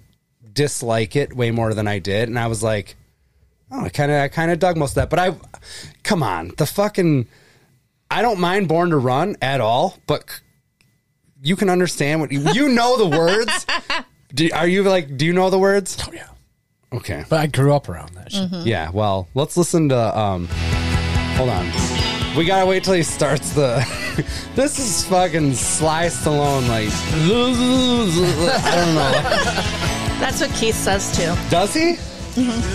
dislike it way more than I did, and I was like, oh, I kind of I kind of dug most of that. But I, come on, the fucking, I don't mind Born to Run at all, but c- you can understand what you, you know the words. do, are you like? Do you know the words? oh, yeah. Okay, But I grew up around that shit. yeah. Well, let's listen to. um Hold on. We gotta wait till he starts the. this is fucking Sly Stallone, like. I don't know. That's what Keith says too. Does he?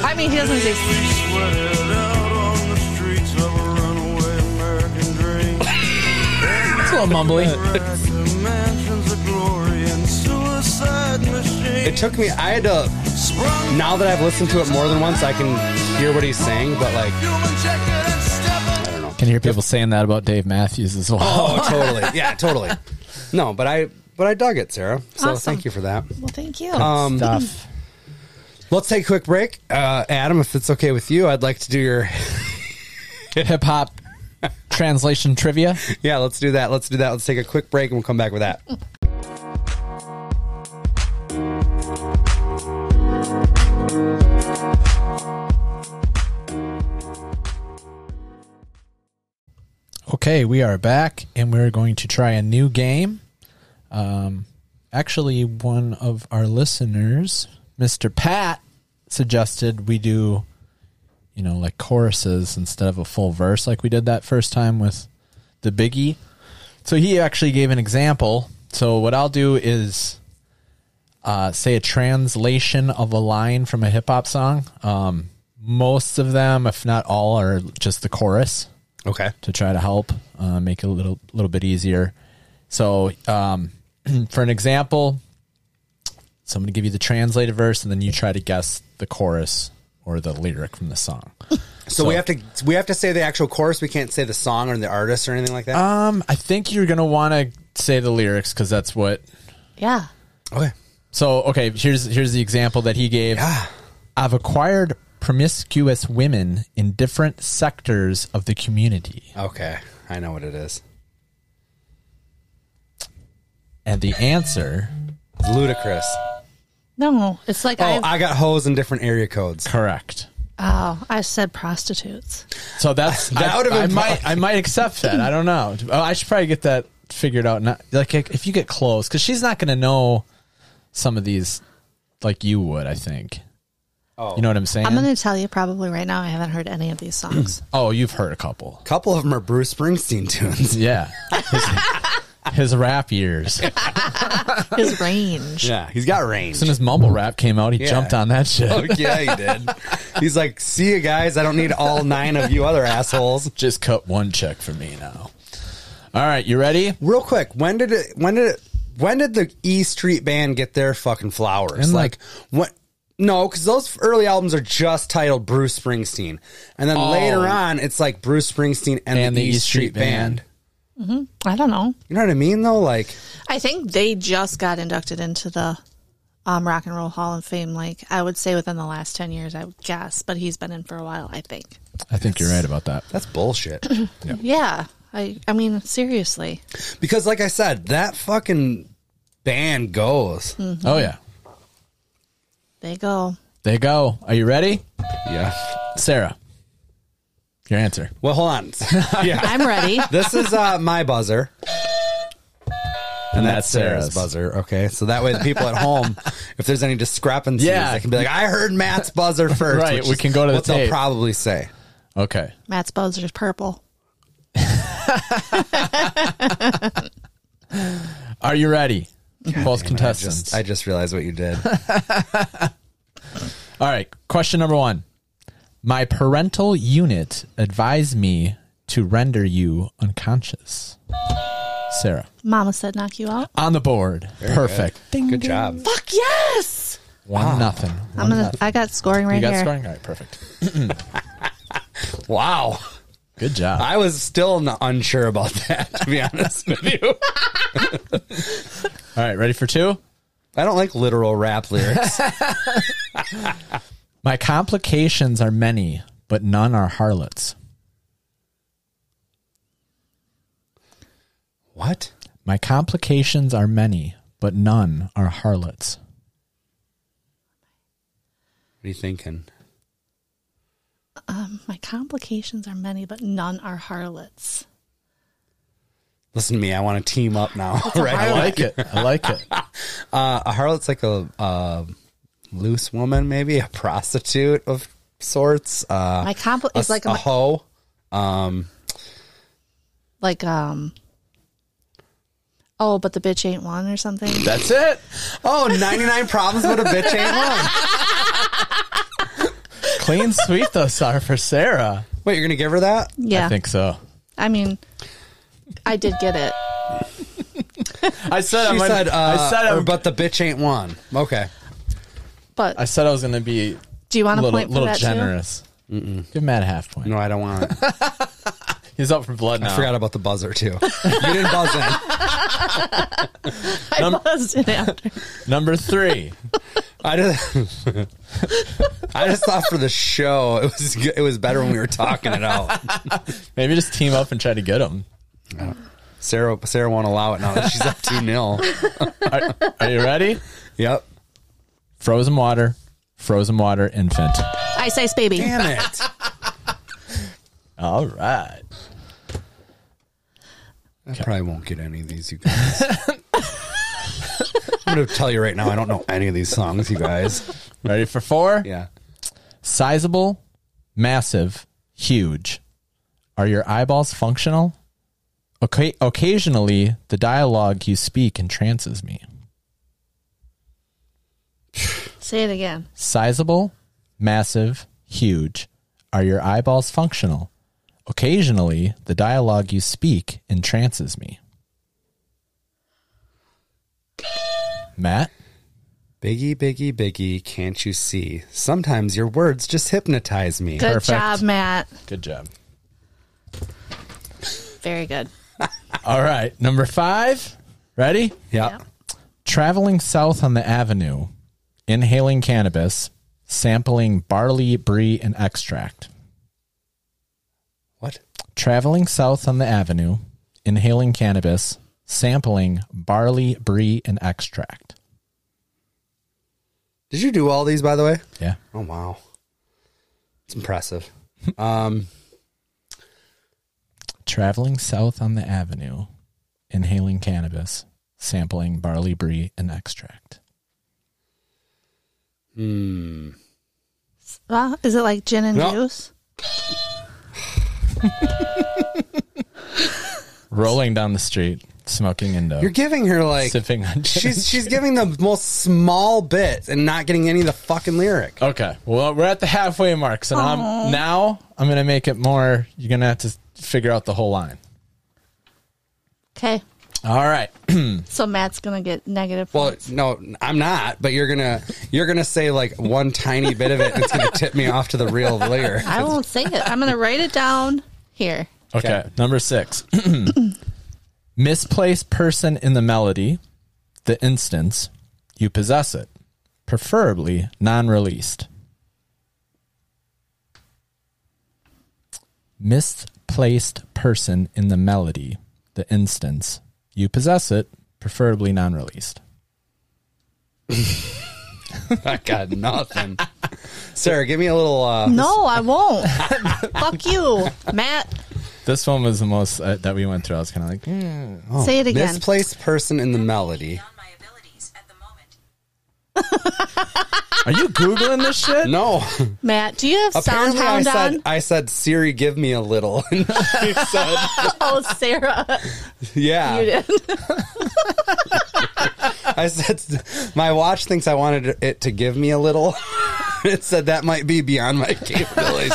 I mean, he doesn't say We sweated out on the streets of a runaway American dream. It's a little mumbly. Racked the mansions of glory and suicide It machine. took me. I had to. Sprung Now that I've listened to it more than once, I can hear what he's saying. But like, human jacket and stepping. I don't know. Can hear people saying that about Dave Matthews as well. Oh, totally. Yeah, totally. No, but I. But I dug it, Sarah. So Awesome. thank you for that. Well, thank you. Stuff. Let's take a quick break. Uh, Adam, if it's okay with you, I'd like to do your. Hip hop translation trivia. Yeah, let's do that. Let's do that. Let's take a quick break and we'll come back with that. Okay, we are back, and we're going to try a new game. Um, actually, one of our listeners, Mr. Pat, suggested we do, you know, like choruses instead of a full verse, like we did that first time with the Biggie. So he actually gave an example. So what I'll do is uh, say a translation of a line from a hip hop song. Um, most of them, if not all, are just the chorus Okay. to try to help uh, make it a little little bit easier. So, um, for an example, so I'm going to give you the translated verse, and then you try to guess the chorus or the lyric from the song. So, we have to we have to say the actual chorus. We can't say the song or the artist or anything like that. Um, I think you're going to want to say the lyrics because that's what. yeah. Uh, okay. So, okay, here's here's the example that he gave. I've acquired promiscuous women in different sectors of the community, Okay. I know what it is. and the answer It's ludicrous. No, it's like Oh, I've, I got hoes in different area codes. correct. oh, I said prostitutes. So that's That I- would've I been might I might accept that. I don't know. Oh, I should probably get that figured out. Not like if you get close, because she's not going to know some of these like you would. I think. Oh, you know what I'm saying? I'm going to tell you probably right now. I haven't heard any of these songs. oh, you've heard a couple. couple of them are Bruce Springsteen tunes. Yeah, his, his rap years. As His range. Yeah, he's got range. soon as mumble rap came out, he Yeah. Oh. jumped on that shit. Fuck yeah, he did. He's like, see you guys. I don't need all nine of you other assholes. Just cut one check for me now. All right, you ready? Real quick, when did it? When did it? When did the E Street Band get their fucking flowers? And, like, like- what? No, because those early albums are just titled Bruce Springsteen, and then later on, it's like Bruce Springsteen Oh. and, the, E Street, Band. I don't know. You know what I mean, though? Like, I think they just got inducted into the um, Rock and Roll Hall of Fame. Like I would say within the last ten years, I would guess. But he's been in for a while. I think. I think you're right about that. that's bullshit. Yeah. I. I mean, seriously. because, like I said, that fucking band goes. Oh yeah, They go. there you go. Are you ready, Yeah. Sarah? Your answer. Well, hold on. yeah. I'm ready. This is uh, my buzzer. And, That's Sarah's buzzer. Okay. So that way the people at home, if there's any discrepancies, Yeah. they can be like, I heard Matt's buzzer first. Right, which we is can go to the what they'll tape. probably say. Okay. Matt's buzzer's purple. Are you ready? Both I contestants. just, I just realized what you did. All right. Question number one. My parental unit advised me to render you unconscious. Sarah. Mama said knock you out. On the board. Perfect. Ding, Good ding. job. Fuck yes! One nothing. I'm One gonna. nothing. I got scoring right You got here. scoring? All right, perfect. Wow. Good job. I was still not unsure about that, to be honest with you. All right, ready for two? I don't like literal rap lyrics. My complications are many, but none are harlots. what? My complications are many, but none are harlots. What are you thinking? My complications are many, but none are harlots. Listen to me. I want to team up now. I Right? like it. I like it. Uh, a harlot's like a uh, loose woman, maybe a prostitute of sorts. Ah. Uh, My compl- a, is like a a, hoe. Um, like um. Oh, but the bitch ain't one or something. That's it. oh, 99 problems with a bitch ain't one. Clean sweep those are for Sarah. Wait, you're going to give her that? Yeah, I think so. I mean, I did get it. I said I She might- said, uh, I said, or, I'm, but the bitch ain't one. Okay. But I said I was going to be do you want a a little, point for little that generous. Give Matt a half point. No, I don't want it. He's up for blood now. I forgot about the buzzer, too. You didn't buzz in. too? I buzzed it after. Number three. I just, I just thought for the show, it was, good- it was better when we were talking it out. Maybe just team up and try to get him. Sarah, Sarah won't allow it now that she's up 2 0. Are, are you ready? Yep. Frozen water, frozen water, infant. Ice Ice Baby. Damn it. All right. I probably won't get any of these, you guys. I'm going to tell you right now, I don't know any of these songs, you guys. Ready for four? Yeah. Sizable, massive, huge. Are your eyeballs functional? Okay, occasionally, the dialogue you speak entrances me. Say it again. Sizable, massive, huge. Are your eyeballs functional? Occasionally, the dialogue you speak entrances me. Matt? Biggie, biggie, biggie, can't you see? Sometimes your words just hypnotize me. Good Perfect. job, Matt. Good job. Very good. All right, number five. Ready? Yeah. Traveling south on the avenue, inhaling cannabis, sampling barley, brie, and extract. What? Traveling south on the avenue, inhaling cannabis, sampling barley, brie, and extract. Did you do all these, by the way? Yeah. Oh, wow. It's impressive. Um, Traveling south on the avenue, inhaling cannabis, sampling barley, brie, and extract. Well, is it like gin and No. juice? Rolling down the street, smoking indo. you're giving her like sipping on she's she's giving the most small bit and not getting any of the fucking lyric. Okay. Well, we're at the halfway mark, so now I'm, now I'm gonna make it more. You're gonna have to figure out the whole line. Okay. All right. So Matt's gonna get negative. Well, points. no, I'm not. But you're gonna you're gonna say like one tiny bit of it. and It's gonna tip me off to the real lyric. I won't say it. I'm gonna write it down here. Okay. Number six. Misplaced person in the melody, the instance you possess it, preferably non-released. Misplaced person in the melody, the instance you possess it, preferably non-released. I got nothing. Sarah, give me a little. Uh, No, I won't. Fuck you, Matt. This one was the most uh, that we went through. I was kind of like, mm. Say it again. misplaced person in the melody. Beyond my abilities at the moment. "Are you googling this shit?" No, Matt, do you have apparently I Soundhound said on? I said Siri, give me a little. And she said, Oh, Sarah, yeah, you did. I said, my watch thinks I wanted it to give me a little. it said that might be beyond my capabilities.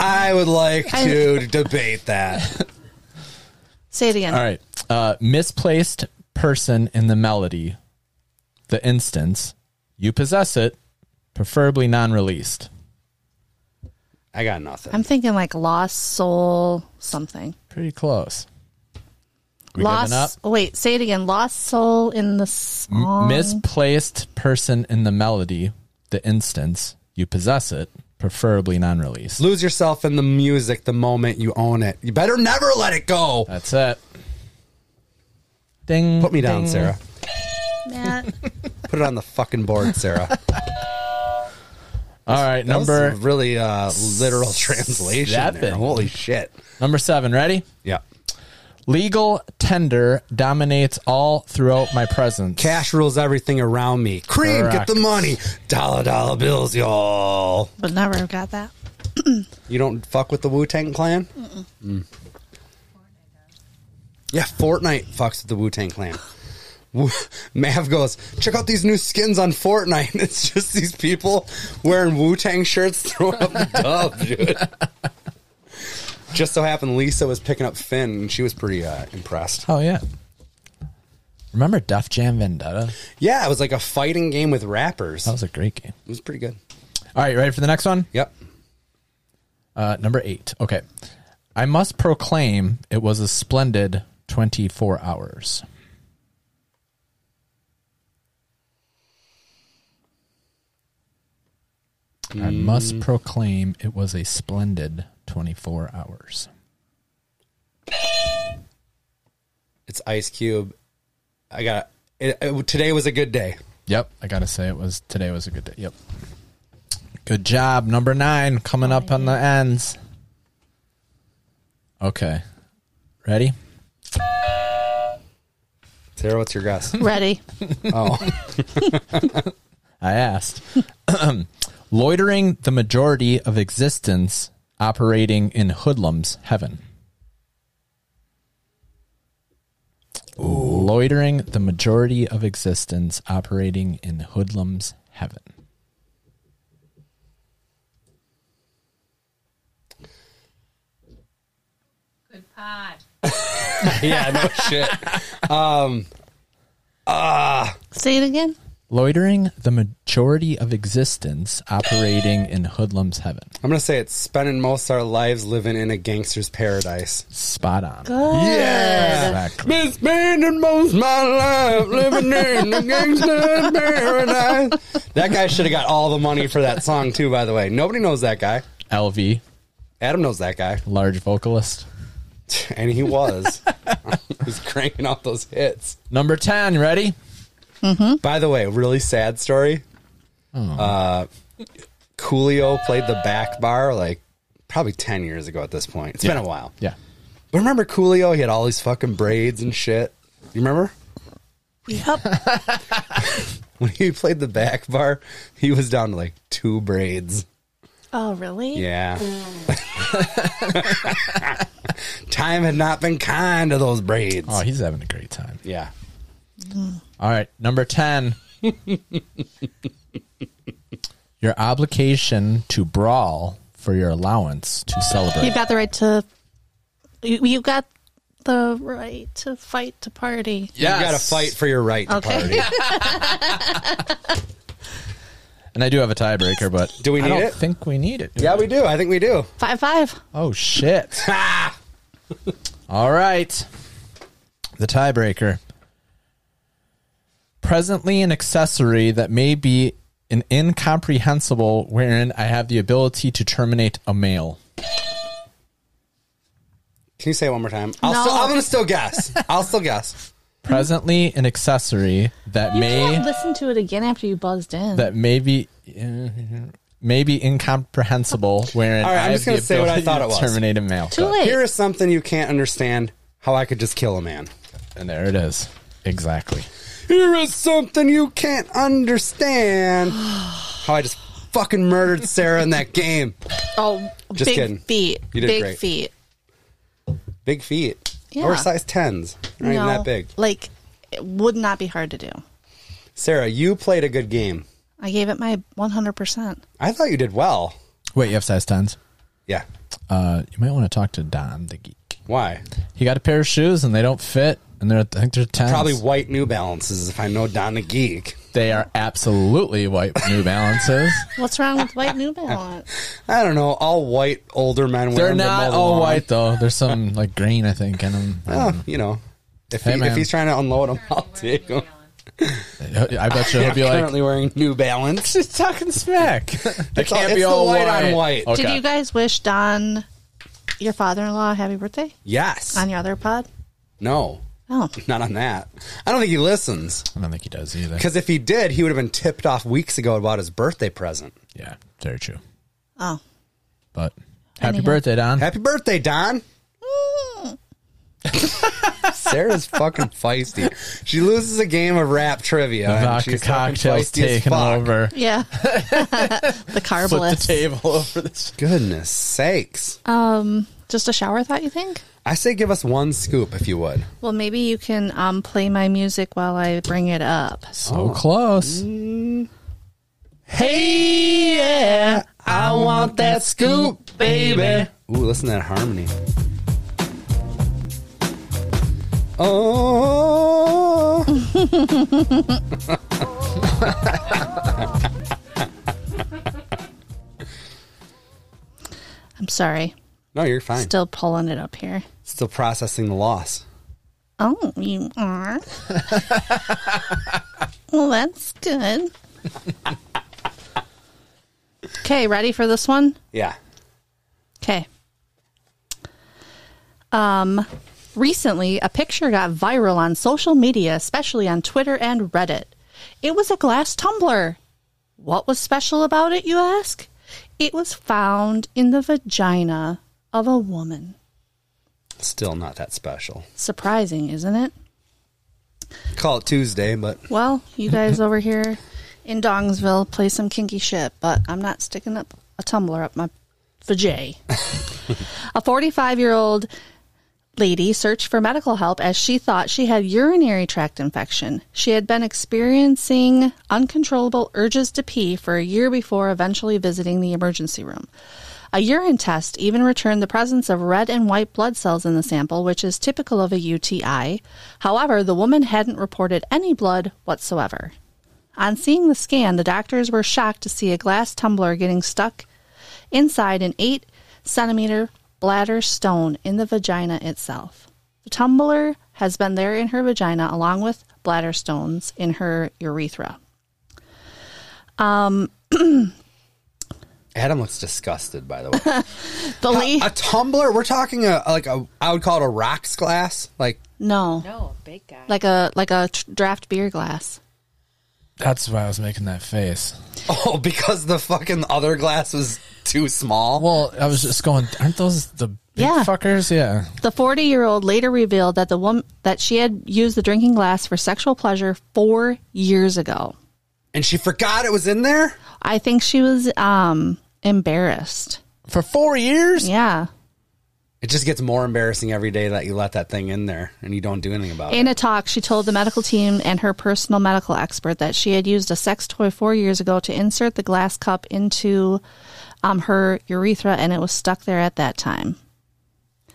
I would like I- to debate that. Say it again. All right. Uh, misplaced person in the melody, the instance, you possess it, preferably non released. I got nothing. I'm thinking like lost soul something. Pretty close. We lost. giving up? oh, wait, say it again. Lost soul in the song. Misplaced person in the melody, the instance, you possess it, preferably non released. Lose yourself in the music the moment you own it. You better never let it go. That's it. Ding. Put me down, ding. Sarah. Matt. Put it on the fucking board, Sarah. All right, That was a number really uh, literal translation. Seven. there. Holy shit! number seven. Ready? Yeah, Legal tender dominates all throughout my presence. cash rules everything around me. Cream, Correct. get the money. Dollar dollar bills, y'all. But never got that. You don't fuck with the Wu Tang Clan. Mm. Yeah, Fortnite fucks with the Wu Tang Clan. Wu- Mav goes, check out these new skins on Fortnite. It's just these people wearing Wu Tang shirts throwing up the dub, dude. Just so happened Lisa was picking up Finn, and she was pretty uh, impressed. Oh yeah. Remember Def Jam Vendetta? Yeah, it was like a fighting game with rappers. That It was a great game. was pretty good. All right, ready for the next one? Yep. Uh, number eight. Okay. I must proclaim it was a splendid 24 hours. I must proclaim it was a splendid 24 hours. It's Ice Cube. I got it, it- today was a good day. Yep. I got to say, it was today was a good day. Yep. Good job. Number nine coming up on the ends. Okay. Ready? Sarah, what's your guess? Ready. I asked. Loitering the majority of existence operating in hoodlums heaven. Loitering the majority of existence operating in hoodlums heaven. Good pod. yeah, no shit. say it again. Loitering the majority of existence operating in hoodlums heaven. I'm gonna say it's spending most of our lives living in a gangster's paradise. Spot on. Good. Exactly. Been spending most of my life living in a gangster's paradise. That guy should have got all the money for that song too. By the way, nobody knows that guy. LV, Adam knows that guy, large vocalist. and he was. he was cranking out those hits. Number 10, ready? By the way, really sad story. Hmm. Uh, Coolio played the back bar like probably 10 years ago at this point. It's been a while. Yeah. But remember Coolio? He had all these fucking braids and shit. You remember? Yep. When he played the back bar, he was down to like two braids. Oh, really? Yeah. Time had not been kind to those braids. Oh, he's having a great time. yeah. All right, number 10. your obligation to brawl for your allowance to You've celebrate. got the right to. You, you got the right to fight to party. You got to fight for your right to Okay. party. And I do have a tiebreaker, but Do we I need don't it? think we need it. do yeah, we? we do. I think we do. Five five. Oh shit. All right. The tiebreaker. Presently an accessory that may be an incomprehensible wherein I have the ability to terminate a male. Can you say it one more time? I'll No. still, I'm going to still guess. I'll still guess. Presently an accessory that You may can't listen to it again after you buzzed in. that may be may be incomprehensible. Wherein All right, I'm I just have gonna the say what I ability thought to it was. Terminate a male. Too late. Here is something you can't understand how I could just kill a man. and there it is. Exactly. Here is something you can't understand how I just fucking murdered Sarah in that game. oh, Just big kidding. feet. You did big great. feet. Big feet. Yeah. Or size 10s. Not even that big. Like, it would not be hard to do. Sarah, you played a good game. I gave it my 100%. I thought you did well. Wait, you have size tens. Yeah. uh, you might want to talk to Don the geek. Why? He got a pair of shoes and they don't fit, and they're I think they're ten. Probably white New Balances if I know Donna Geek. they are absolutely white New Balances. What's wrong with white New Balance? I don't know. All white older men wear they're them to mow not the all lawn. white though. There's some like green, I think, in them. Oh, you know, if, Hey, he, man. if he's trying to unload them, I'll Currently take wearing them. New Balance. I bet you he'll I'm be like, currently wearing New Balance. She's talking smack. They all- can't it's be the all white on white. Okay. Did you guys wish Don, your father-in-law, a happy birthday Yes. on your other pod? no, Oh, not on that. I don't think he listens. I don't think he does either. Because if he did, he would have been tipped off weeks ago about his birthday present. Yeah, very true. oh. But happy Anyhow. birthday, Don. Happy birthday, Don. Sarah's fucking feisty. She loses a game of rap trivia. and Vodka she's fucking cocktails feisty as taken fuck. over. Yeah. the Flip the carbless. table over this. Goodness sakes. Um, just a shower thought, you think? I say give us one scoop if you would. Well, maybe you can um, play my music while I bring it up. Oh. So close. Mm. Hey, yeah, I want that scoop, baby. Ooh, listen to that harmony. Oh. I'm sorry. No, you're fine. Still, Still pulling it up here. processing the loss. Oh, you are? well, that's good. Okay, ready for this one? Yeah. Okay. Um, recently, a picture got viral on social media, especially on Twitter and Reddit. It was a glass tumbler. What was special about it, you ask? It was found in the vagina of a woman. Still not that special. Surprising, isn't it? Call it Tuesday, but Well, you guys over here in Dongsville play some kinky shit, but I'm not sticking up a tumbler up my vajay. a 45 year old lady searched for medical help as she thought she had urinary tract infection. She had been experiencing uncontrollable urges to pee for a year before eventually visiting the emergency room. A urine test even returned the presence of red and white blood cells in the sample, which is typical of a UTI. However, the woman hadn't reported any blood whatsoever. On seeing the scan, the doctors were shocked to see a glass tumbler getting stuck inside an 8 centimeter bladder stone in the vagina itself. The tumbler has been there in her vagina along with bladder stones in her urethra. Adam looks disgusted, by the way. The la- a tumbler? We're talking a like a I would call it a rocks glass. Like no, No, Oh, big guy. like a like a tr- draft beer glass. That's why I was making that face. oh, because the fucking other glass was too small. Well, I was just going, aren't those the big Yeah. fuckers? Yeah. The 40 year old later revealed that the woman that she had used the drinking glass for sexual pleasure four years ago. and she forgot it was in there? I think she was um, embarrassed. For four years? Yeah. It just gets more embarrassing every day that you let that thing in there and you don't do anything about it. In a talk, she told the medical team and her personal medical expert that she had used a sex toy four years ago to insert the glass cup into um, her urethra and it was stuck there at that time.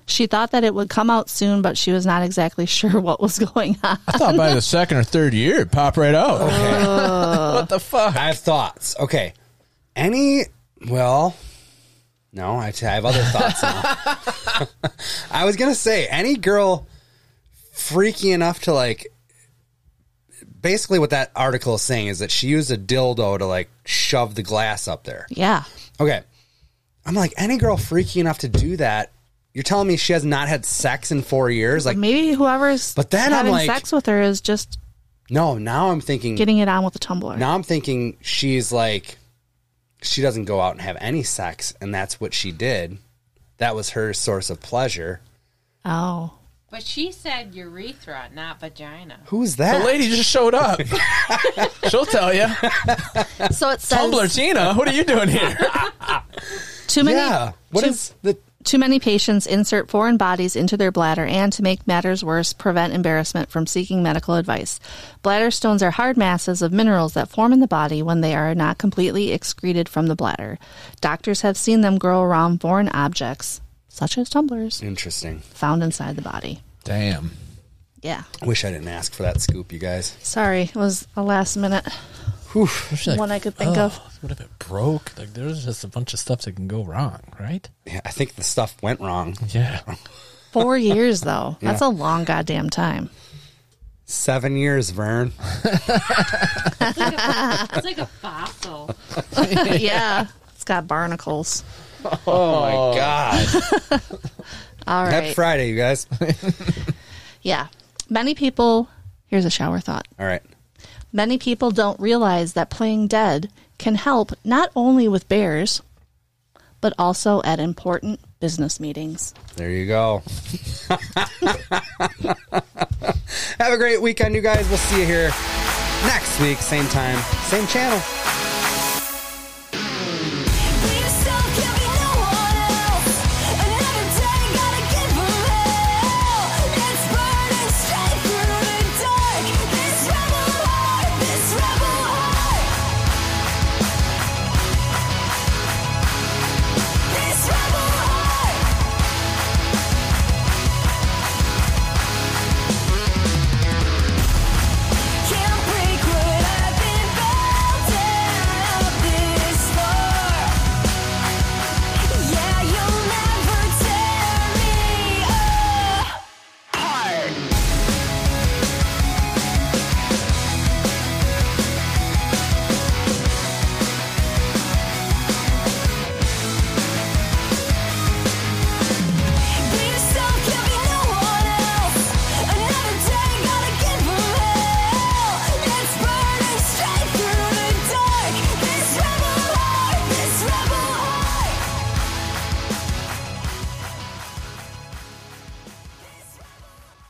She thought that it would come out soon, but she was not exactly sure what was going on. I thought by the second or third year it'd pop right out. Oh. what the fuck? I have thoughts. Okay. Any, well, no, I, I have other thoughts now. I was going to say, any girl freaky enough to like, basically what that article is saying is that she used a dildo to like shove the glass up there. Yeah. Okay. I'm like, any girl freaky enough to do that, you're telling me she has not had sex in four years? Like, Maybe whoever's But then I'm having like- sex with her is just no, now I'm thinking. getting it on with a tumbler. Now I'm thinking she's like, she doesn't go out and have any sex, and that's what she did. That was her source of pleasure. Oh. but she said urethra, not vagina. Who's The that? lady just showed up. She'll tell you. So it says Tumbler Tina, what are you doing here? too many yeah. What too, is the? too many patients insert foreign bodies into their bladder and to make matters worse prevent embarrassment from seeking medical advice. Bladder stones are hard masses of minerals that form in the body when they are not completely excreted from the bladder. Doctors have seen them grow around foreign objects. such as tumblers, Interesting. found inside the body. Damn. Yeah. Wish I didn't ask for that scoop, you guys. Sorry, it was a last minute one I could think of. "Oh, What if it broke? Like, there's just a bunch of stuff that can go wrong, right? Yeah, I think the stuff went wrong. Yeah. Four years, though. That's a long goddamn time. Seven years, Vern. It's like a, it's like a fossil. yeah. It's got barnacles. My God. All Happy Oh, right. Friday, you guys. yeah. Many people, here's a shower thought. All right. Many people don't realize that playing dead can help not only with bears, but also at important business meetings. There you go. Have a great weekend, you guys. We'll see you here next week, same time, same channel.